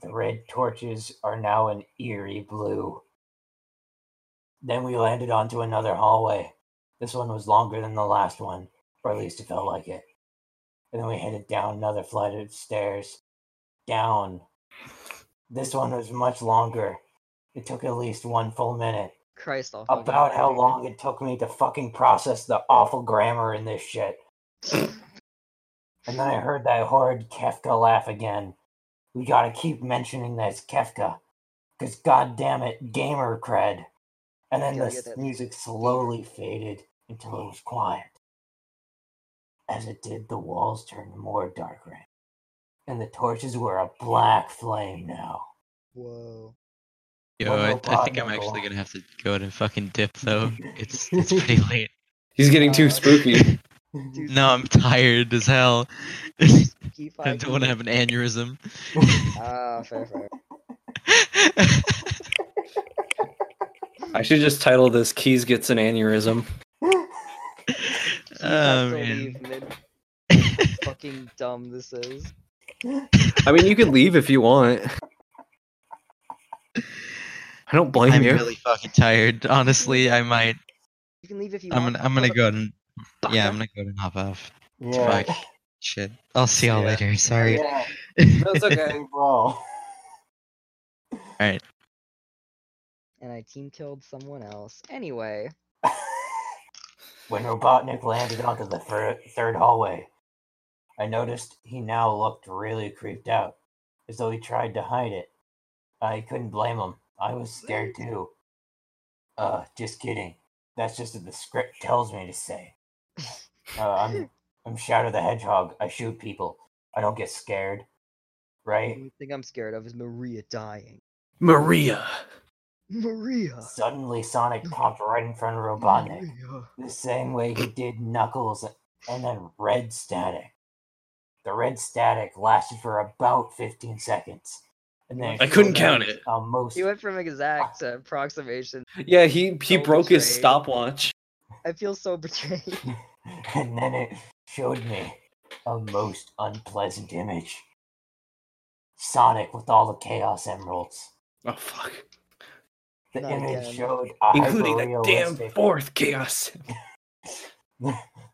C: The red torches are now an eerie blue. Then we landed onto another hallway. This one was longer than the last one, or at least it felt like it. And then we headed down another flight of stairs. Down. This one was much longer. It took at least one full minute
E: Christ, I'll fucking
C: about how
E: hang it.
C: long it took me to fucking process the awful grammar in this shit. and then I heard that horrid Kefka laugh again. We gotta keep mentioning that it's Kefka. Cause goddamn it, gamer cred. And then
E: Gotta
C: the
E: get that
C: music slowly faded until it was quiet. As it did, the walls turned more dark red. And the torches were a black flame now.
E: Whoa.
D: Yo,
C: One
D: I,
C: more
D: I think I'm
C: problem,
D: actually
C: boy.
D: gonna have to go ahead and fucking dip
B: <laughs>
D: though.
C: <laughs>
D: It's it's pretty late.
A: He's getting too
E: Uh,
A: spooky.
E: Dude,
D: No, I'm tired as hell. <laughs> I
E: keep
D: don't want to have an aneurysm. <laughs>
E: Ah, fair, fair.
A: I should just title this Keys Gets an Aneurysm.
E: Keep
D: oh
E: us
D: man.
E: believing
D: <laughs>
E: in fucking dumb this is.
A: I mean, you could leave if you want. I don't blame
D: I'm
A: you.
D: really fucking tired. Honestly, I might.
E: You can leave if you
D: I'm
E: want.
D: gonna. I'm gonna go ahead and. Yeah,
E: motherfucker.
D: I'm gonna go ahead and hop off.
C: <laughs> <laughs> Yeah.
D: Fuck. Shit. I'll see y'all
A: Yeah.
B: <laughs>
D: later. Sorry.
C: Yeah,
A: That's
D: <laughs>
A: okay.
C: overall.
E: And I team killed someone else.
C: <laughs>
E: Anyway,
C: when Robotnik landed onto the fir- third hallway, I noticed he now looked really creeped out, as though he tried to hide it. I couldn't blame him. I was scared too. Uh, just kidding. That's just what the script tells me to say. Uh, I'm I'm Shadow the Hedgehog. I shoot people. I don't get scared,
E: the
B: Mm-hmm.
C: right?
E: only thing I'm scared of is Maria dying.
A: Maria.
E: Maria.
C: Suddenly, Sonic popped right in front of
B: Mm-hmm.
C: Robotnik. the same way he did Knuckles and then Red Static. The Red Static lasted for about 15 seconds. And then
A: I couldn't count it.
C: Almost.
E: He went from exact to approximation.
A: Yeah, he he
E: So
A: broke his
E: betrayed.
A: stopwatch.
E: I feel so <laughs> betrayed.
C: <laughs> and then it showed me a most unpleasant image Sonic with all the Chaos Emeralds.
A: Oh fuck!
C: The
E: Not
C: image
E: again.
C: showed a
A: Including that damn
C: hyper-realistic-
A: fourth chaos. <laughs>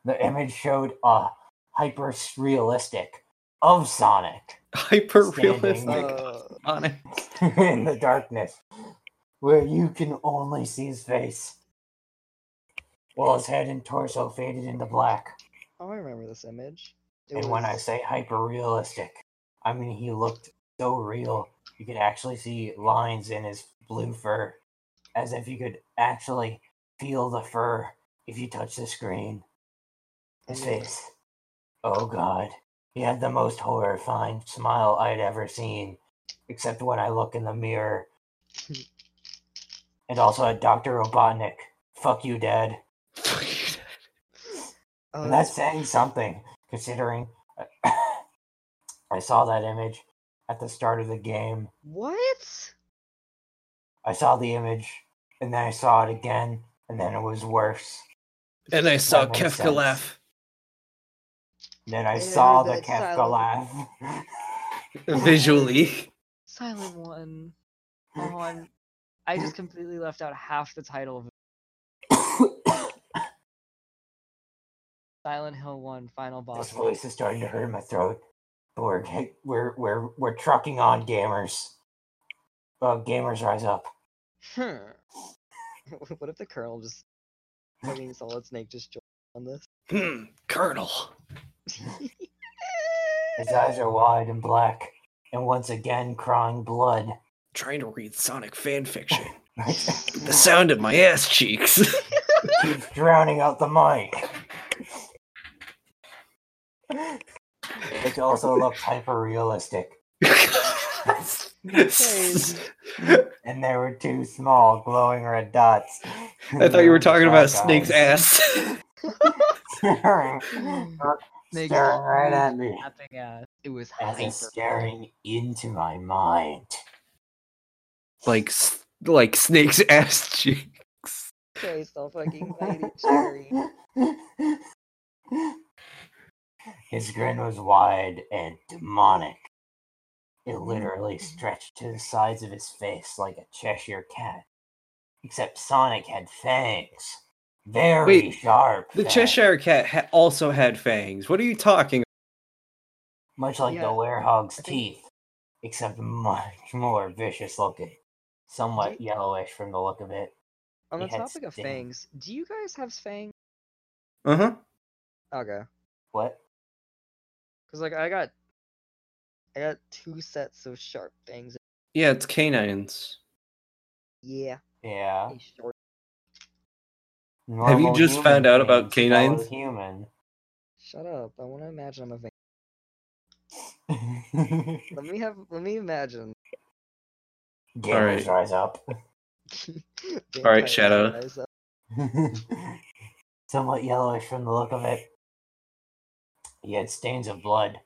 C: the image showed a hyper realistic of Sonic.
A: Hyper realistic.
C: Standing.
E: Uh,
A: Sonic.
C: <laughs> in the darkness, where you can only see his face, while his head and torso faded into black.
E: oh, I remember this image. It
C: And when I
E: was-
C: say hyper realistic, I mean he looked so real. You could actually see lines in his blue fur, as if you could actually feel the fur if you touch the screen. His
E: Yeah.
C: face. Oh god. He had the most horrifying smile I'd ever seen, except when I look in the mirror. and also at Dr. Robotnik. Fuck you, Dad.
E: oh,
C: And that's saying something, considering <coughs> I saw that image at the start of the game.
E: what?
C: I saw the image, and then I saw it again, and then it was worse.
A: <laughs> And I saw
C: That makes
A: Kefka
C: sense.
A: laugh.
C: Then I
E: I
C: saw
E: heard
C: the
E: that
C: Kefka
E: silent-
C: laugh.
A: visually.
E: Silent one.
C: <laughs>
E: Oh, I'm, I just completely left out half the title of
C: <coughs>
E: Silent Hill One Final
C: This
E: Boss.
C: voice is starting to hurt my throat. But we're we're we're we're trucking on, gamers. Uh, gamers rise up.
E: Hmm. <laughs> what if the Colonel just fucking Solid Snake just joined on this?
A: Hmm, Colonel.
E: <laughs>
C: His eyes are wide and black, and once again crying blood. <laughs>
A: Trying to read Sonic fanfiction. The
C: Keeps
A: sound of my ass <laughs> cheeks.
C: drowning out the mic. Which also looks hyper realistic.
A: I
C: And there were two small glowing red dots.
A: thought you were talking about Snake's ass. <laughs>
C: <laughs> staring
E: Snake's
C: staring
E: eyes.
C: right at me.
E: Slapping ass. It was
C: as
E: hyper.
C: it's staring into my mind.
A: like, s- like Snake's ass cheek.
B: Christ fucking
C: <laughs>
B: mighty cherry.
C: His grin was wide and demonic. It literally stretched to the sides of his face like a Cheshire cat. Except Sonic had fangs. Very
A: Wait,
C: sharp.
A: The
C: fangs.
A: Cheshire Cat ha- also had fangs. What are you talking
C: Much like
B: Yeah,
C: the werehog's
B: I think-
C: teeth, except much more vicious looking. Somewhat yellowish from the look of it.
B: On the
C: He had
B: topic of
C: sting.
B: fangs, do you guys have fangs?
A: Uh huh.
B: Okay.
C: What?
B: Cause like I got, I got two sets of sharp fangs.
A: Yeah, it's canines.
B: Yeah,
C: Yeah.
B: they short.
A: you just
C: human
A: found out about
C: fangs, fellow
A: canines?
C: Human. <laughs>
B: Shut up! I want to imagine I'm a fang. Let me have. Let me imagine. <laughs>
A: Alright.
C: Gamers rise up. <laughs>
B: Vampires
A: Shadow.
B: rise up.
C: Somewhat yellowish from the look of it. He had stains of blood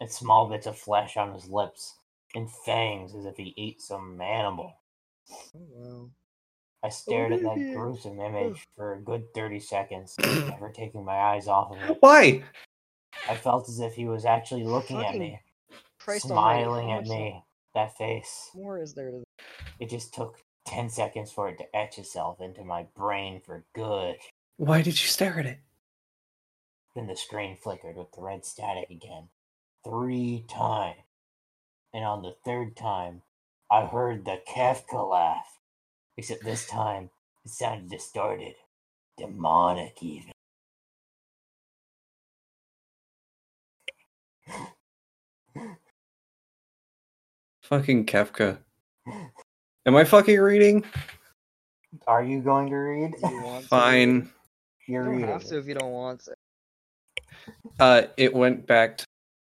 C: and small bits of flesh on his lips and fangs as if he ate some animal.
B: Oh, wow.
C: I stared at that
B: baby.
C: gruesome image for a good
A: <clears throat>
C: 30 seconds, never taking my eyes off of it.
A: Why?
C: I felt as if he was actually looking at
B: Fucking
C: me,
B: Christ almighty, how
C: smiling at
B: much
C: me. That face.
B: More is there to th-
C: It just took 10 seconds for it to etch itself into my brain for good.
A: Why did you stare at it?
C: Then the screen flickered with the red static again. Three times. And on the third time, I heard the Kafka laugh. Except this time, it sounded distorted. Demonic, even.
A: Fucking Kefka. Am I fucking reading?
C: Are you going to read?
B: Do you want to?
A: Fine.
B: You
C: You're
B: don't
C: reading.
B: have to if you don't want to.
A: Uh, it went back to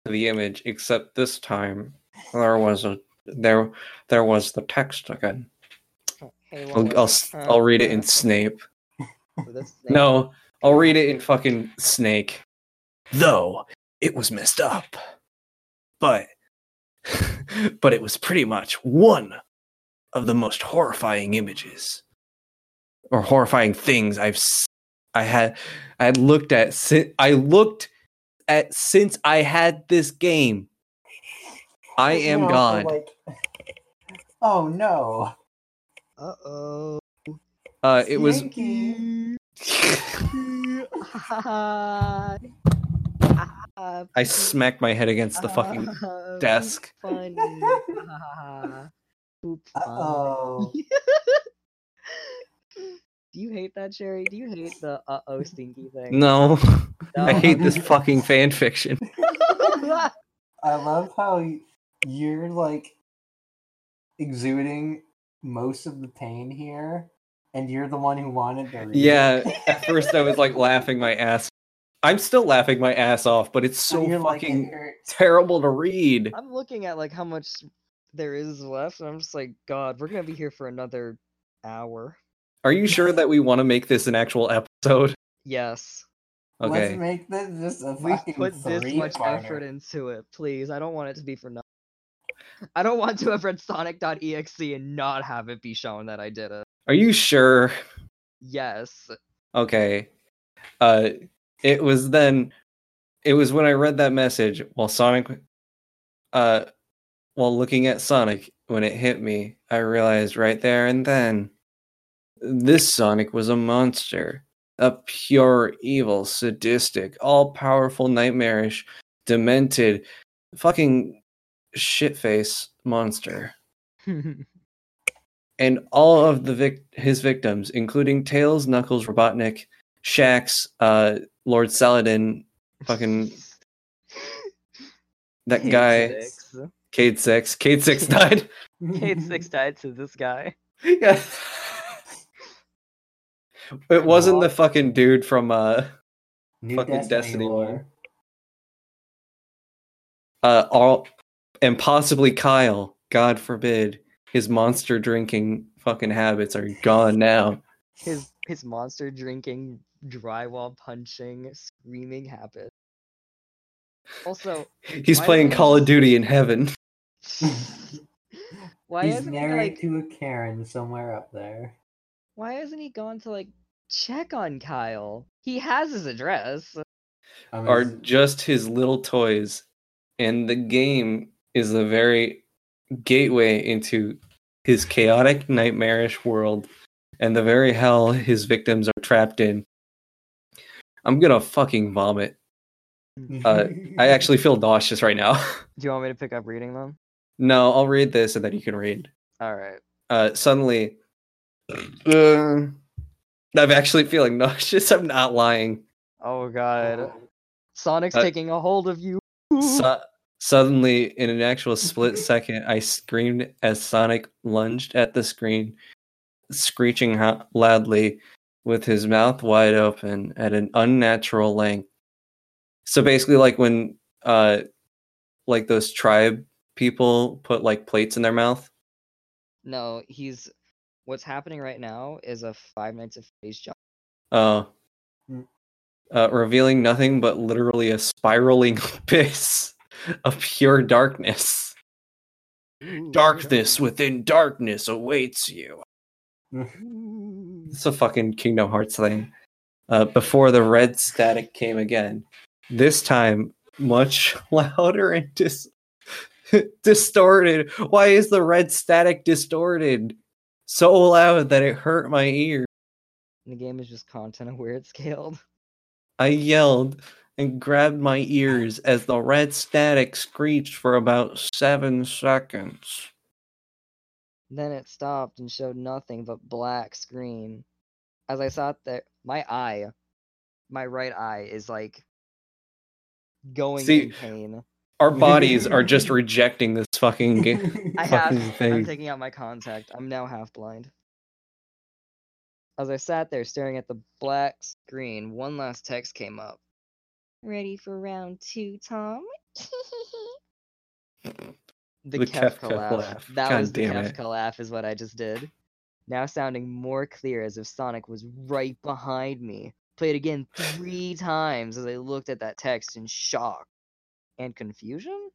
A: the image, except this time there was a there there was the text again.
B: Oh, Hey,
A: I'll
B: Lola,
A: I'll, s- I'll read it in Snape.
B: but that's the thing.
A: No, I'll read it in fucking Snake. Though it was messed up, but <laughs> but it was pretty much one of the most horrifying images or horrifying things I've s- I had I had looked at si- I looked at since I had this game. I am
C: No,
A: God.
C: like- <laughs> oh no.
B: Uh oh.
A: Uh, it was
C: Sneaky.
B: Mm.
A: <laughs> I smacked my head against the fucking
B: <laughs> Uh,
A: desk.
B: Funny. <laughs> Poop funny.
C: Uh-oh.
B: <laughs> Do you hate that, Sherry? Do you hate the uh oh stinky thing?
A: No, <laughs> I
B: No.
A: hate this fucking fan fiction.
C: I love how y- you're like exuding most of the pain here, and you're the one who wanted to read.
A: Yeah, at first
C: <laughs>
A: I was like laughing my ass. I'm still laughing my ass off, but it's so
C: And Oh, you're like, it
A: fucking
C: hurts.
A: terrible to read.
B: I'm looking at like how much there is left, and I'm just like, God, we're gonna be here for another hour.
A: Are you sure that we want to make this an actual episode?
B: <laughs> Yes,
A: Okay.
C: Let's make this just a
B: we
C: fucking
B: put this much effort into it, please. I don't want it to be for nothing. I don't want to have read Sonic.exe and not have it be shown that I did it.
A: Are you sure?
B: Yes.
A: Okay. Uh it was then it was when I read that message while Sonic uh while looking at Sonic when it hit me, I realized right there and then this Sonic was a monster, a pure evil, sadistic, all-powerful, nightmarish, demented, fucking shitface monster and all of the vic- his victims, including Tails, Knuckles, Robotnik, Shax, uh, Lord Saladin,
B: <laughs>
A: fucking that
B: Cade
A: guy,
B: Six.
A: Cade Six. Cade
B: <laughs>
A: Six died. <laughs>
C: <laughs>
B: Cade Six died to this guy.
A: yeah. It wasn't the fucking dude from uh,
C: New
A: fucking Destiny
C: lore.
A: lore. uh, all, and possibly Kyle. God forbid his monster drinking fucking habits are gone now.
B: His his monster drinking, drywall punching, screaming habit. Also,
A: He's
B: Why
A: playing
B: is-
A: Call of Duty in heaven.
B: why
C: He's
B: hasn't he
C: married
B: like
C: to a Karen somewhere up there.
B: why hasn't he gone to like check on Kyle. He has his address.
C: I mean,
A: Are just his little toys, and the game is the very gateway into his chaotic, nightmarish world, and the very hell his victims are trapped in. I'm gonna fucking vomit. uh, I
C: <laughs>
A: actually feel nauseous right now. <laughs>
B: Do you want me to pick up reading them?
A: no, I'll read this and then you can read.
B: All right.
A: uh, suddenly uh, I'm actually feeling <laughs> nauseous. I'm not lying.
B: Oh god. Sonic's
A: Uh,
B: taking a hold of you.
A: Su- suddenly, in an actual split second, I screamed as Sonic lunged at the screen, screeching ho- loudly with his mouth wide open at an unnatural length. So basically, like when, uh, like those tribe people put like plates in their mouth.
B: No, he's. What's happening right now is a Five Nights at Freddy's jump.
A: uh,
C: Mm.
A: uh, revealing nothing but literally a spiraling <laughs> abyss of pure darkness. Darkness within darkness awaits you. It's a fucking Kingdom Hearts thing. Uh, before the red static came again, this time much <laughs> louder and dis- <laughs> distorted. Why is the red static distorted so loud that it hurt my ear?
B: The game is just content aware it's scaled.
A: I yelled and grabbed my ears as the red static screeched for about seven seconds.
B: Then it stopped and showed nothing but black screen. As I sat there, my eye, my right eye, is like going in
A: See, <laughs>
B: pain.
A: Our bodies are just rejecting this
C: <laughs>
A: fucking game.
B: <laughs> I
A: fucking
B: have. I'm
A: thing.
B: taking out my contact. I'm now half blind. As I sat there staring at the black screen, one last text came up. Ready for round two, Tom? the,
A: The
B: Kefka,
A: Kefka
B: laugh.
A: laugh.
B: That
A: God
B: was the
A: damn it.
B: Kefka laugh, is what I just did. Now sounding more clear as if Sonic was right behind me. Played again
A: <laughs>
B: three times as I looked at that text in shock and confusion.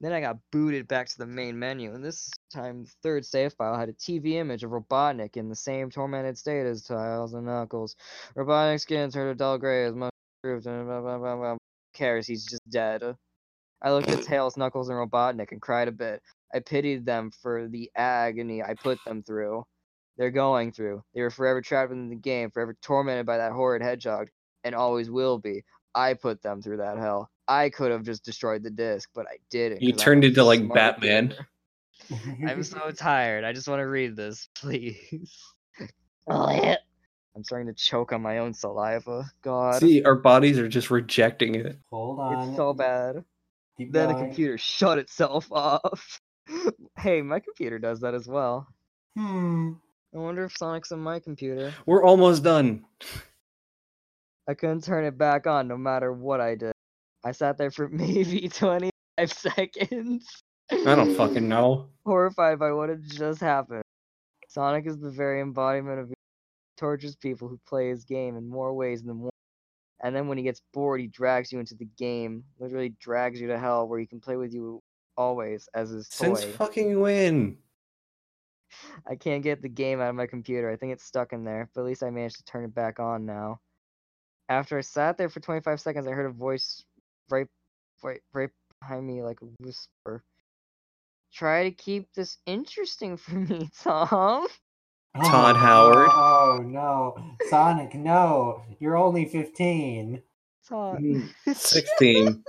B: Then I got booted back to the main menu, and this time the third save file had a TV image of Robotnik in the same tormented state as Tiles and Knuckles. Robotnik's skin turned a dull gray as much proved, and blah blah blah blah. Who cares? He's just dead. I looked
A: <clears throat>
B: at Tails, Knuckles, and Robotnik and cried a bit. I pitied them for the agony I put them through. They're going through. They were forever trapped in the game, forever tormented by that horrid hedgehog, and always will be. I put them through that hell. I could have just destroyed the disc, but I didn't.
A: You
B: 'cause I'm
A: turned
B: a
A: into, like,
B: smart
A: Batman.
B: gamer. I'm so tired. I just want to read this, <laughs> please. I'm starting to choke on my own saliva. God,
A: See, um, our bodies are just rejecting it.
C: Hold on.
B: it's so bad.
C: Keep
B: Then a
C: going.
B: computer shut itself <laughs> off. hey, my computer does that as well.
C: Hmm.
B: I wonder if Sonic's on my computer.
A: We're almost done.
B: I couldn't turn it back on no matter what I did. I sat there for <laughs> maybe 25 seconds.
A: I don't fucking know.
B: horrified by what had just happened. Sonic is the very embodiment of tortures people who play his game in more ways than one. And then when he gets bored, he drags you into the game, literally drags you to hell, where he can play with you always as his toy.
A: Since fucking when?
B: I can't get the game out of my computer. I think it's stuck in there, but at least I managed to turn it back on now. After I sat there for 25 seconds, I heard a voice right, right, right behind me, like a whisper. Try to keep this interesting for me, <laughs> Tom.
A: Todd Howard.
C: Oh no, Sonic! No, you're only fifteen.
B: Tom. <laughs>
A: Mm, 16.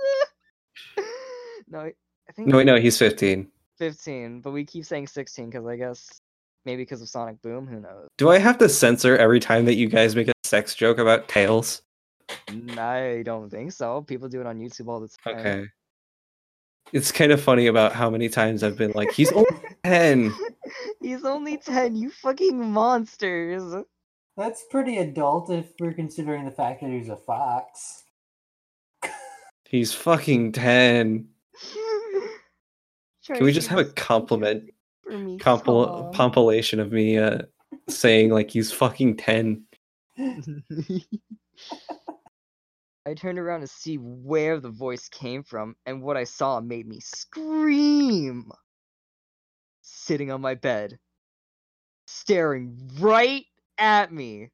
B: no, I I think
A: No, wait, no, he's 15.
B: 15, but we keep saying 16 because I guess maybe because of Sonic Boom, who knows?
A: Do I have to censor every time that you guys make a sex joke about tails?
B: N- I don't think so. People do it on YouTube all the time.
A: Okay. It's kind of funny about how many times I've been like, he's
B: <laughs>
A: only <laughs> 10.
B: He's only 10, you fucking monsters.
C: That's pretty adult if we're considering the fact that he's a fox.
A: He's fucking 10. Can we just have a compliment compil- compilation of me uh, saying like he's fucking 10?
B: <laughs> I turned around to see where the voice came from, and what I saw made me scream. Sitting on my bed, staring right at me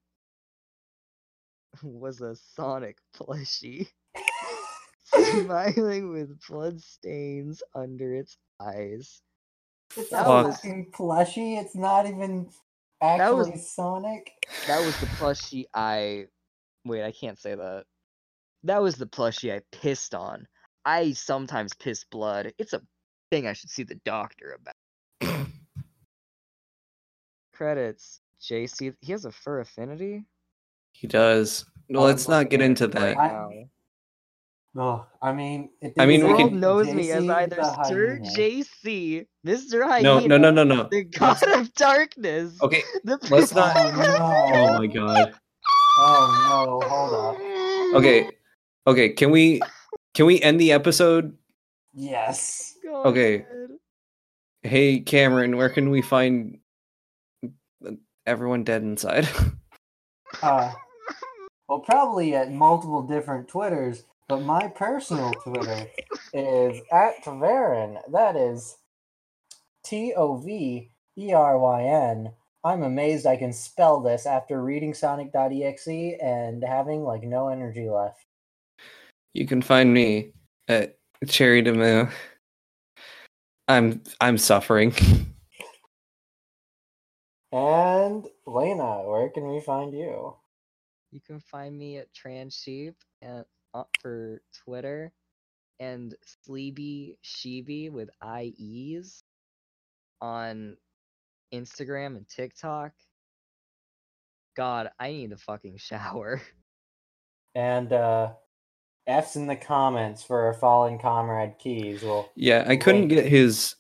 B: <laughs> was a Sonic plushie, <laughs> smiling with bloodstains under its eyes.
C: It's
B: That
C: not
A: was-
C: fucking plushy. It's not even
B: That was-
C: actually Sonic.
B: That was the plushie I. Wait, I can't say that. That was the plushie I pissed on. I sometimes piss blood. It's a thing I should see the doctor about. <coughs> Credits. JC. He has a fur affinity?
A: He does.
C: Oh,
A: Let's
C: my
A: not get
C: God.
A: into that.
C: I-
B: Wow.
C: Ugh, I mean, it
A: I mean,
B: the
A: we
B: world
A: could-
B: knows me as
C: JC
B: either
C: the
B: Sir
C: hyena.
B: JC, Mr. Hyena,
A: No, no, no, no, no.
B: the God of Darkness.
A: Okay.
B: The
A: let's not-
C: Oh
A: Oh
C: no!
A: my god.
C: Oh no! Hold up.
B: <laughs>
A: Okay. Okay. Can we can we end the episode?
C: Yes.
B: God.
A: okay. Hey Cameron, where can we find everyone dead inside? <laughs>
C: Uh, well, probably at multiple different Twitters, but my personal Twitter is at Taverin. That is T O V E R Y N. I'm amazed I can spell this after reading Sonic.exe E and having like no energy left.
A: you can find me at Cherry Demu. I'm I'm suffering. <laughs>
C: And Lena, where can we find you?
B: You can find me at Transheep and uh, for Twitter and Sleeby Sheeby with IEs on Instagram and TikTok. God, I need a fucking <laughs> shower.
C: And uh, F's in the comments for our fallen comrade Keys. We'll
A: Yeah, I couldn't
C: Link.
A: get his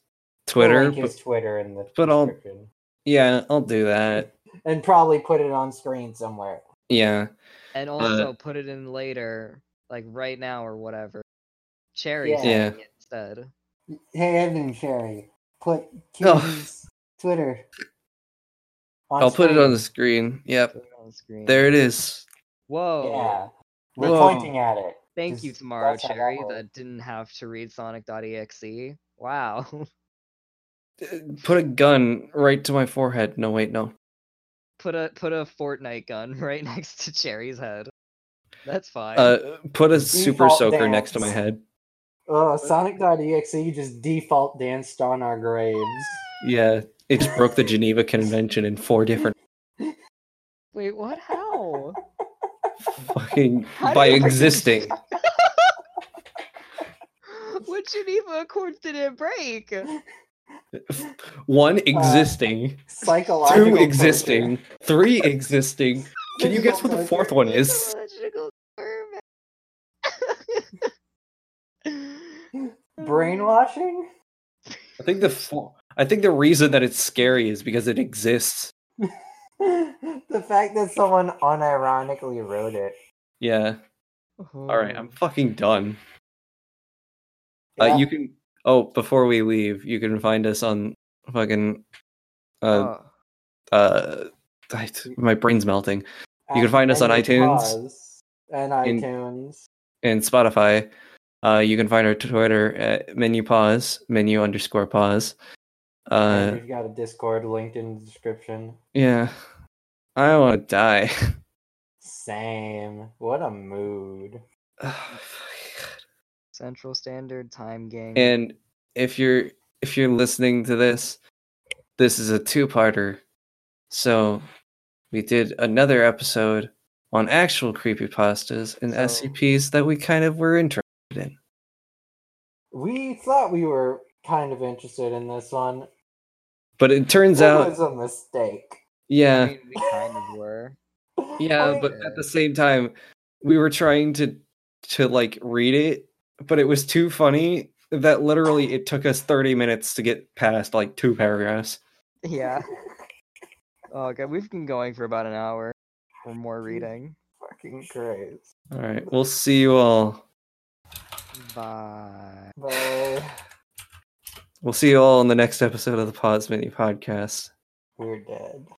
C: we'll
A: Twitter,
C: link his
A: but
C: Twitter in the
A: but I'll-
C: description.
A: yeah, I'll do that.
C: and probably put it on screen somewhere.
A: Yeah.
B: And
A: Uh,
B: also put it in later, like right now or whatever. Cherry
A: Yeah.
C: Yeah.
B: saying it instead.
C: Hey, Evan Sherry, put
A: Ugh.
C: Kitty's Twitter. on
A: Oh. I'll put it on the
C: screen.
A: screen. Yep.
B: Put it on the screen.
A: There it is.
B: Whoa.
C: Yeah, we're
A: Whoa.
C: pointing at it.
B: Thank you,
C: Just-
B: Tomorrow
C: that's how that
B: Cherry,
C: works.
B: that didn't have to read Sonic.exe. Wow. <laughs>
A: Put a gun right to my forehead. No, wait, no.
B: put a put a Fortnite gun <laughs> right next to Cherry's head. That's fine.
A: Uh, put a super
C: Default
A: soaker next to my
C: dance.
A: head.
C: Oh, Sonic.exe just default danced on our graves.
A: Yeah, it just broke the Geneva Convention in four
C: <laughs>
A: different
B: Wait, what? How?
A: fucking
B: How
A: by
B: did it break-
A: existing.
B: <laughs> what Geneva Accords did it break?
A: One existing, two
C: Psychological.
A: existing, three existing. Can you guess what the fourth one is?
B: Psychological torment. <laughs>
C: torture. Brainwashing? <laughs>
A: I think the four. I think the reason that it's scary is because it exists.
C: the fact that someone unironically wrote it.
A: Yeah.
B: Oh.
A: All right, I'm fucking done.
C: Yeah.
A: Uh, you can. Oh, before we leave, you can find us on fucking. Uh,
B: Oh.
A: uh, I- my brain's melting. you can
C: At
A: find us on
C: Endless
A: iTunes.
C: Pause And
A: In-
C: iTunes.
A: And Spotify. Uh, you can find our Twitter at menu pause menu underscore pause.
C: And
A: Uh,
C: we've got a Discord linked in the description.
A: yeah, I want to die. <laughs>
C: Same. What a mood.
B: Central Standard Time Gang.
A: and if you're if you're listening to this, this is a two-parter. So we did another episode on actual creepypastas and
B: So-
A: SCPs that we kind of were interested in.
C: We thought we were kind of interested in this one.
A: But it turns
C: It
A: out,
C: was a mistake.
A: yeah,
B: I mean, we kind of were. <laughs>
A: yeah,
C: I- <laughs>
A: but at the same time, we were trying to to like read it, but it was too funny that literally it took us 30 minutes to get past like two paragraphs.
B: Yeah. Oh god, we've been going for about an hour or more reading.
C: fucking crazy.
A: All right, we'll see you all.
B: Bye.
C: But
A: We'll see you all in the next episode of the Pods Mini Podcast.
C: we're dead.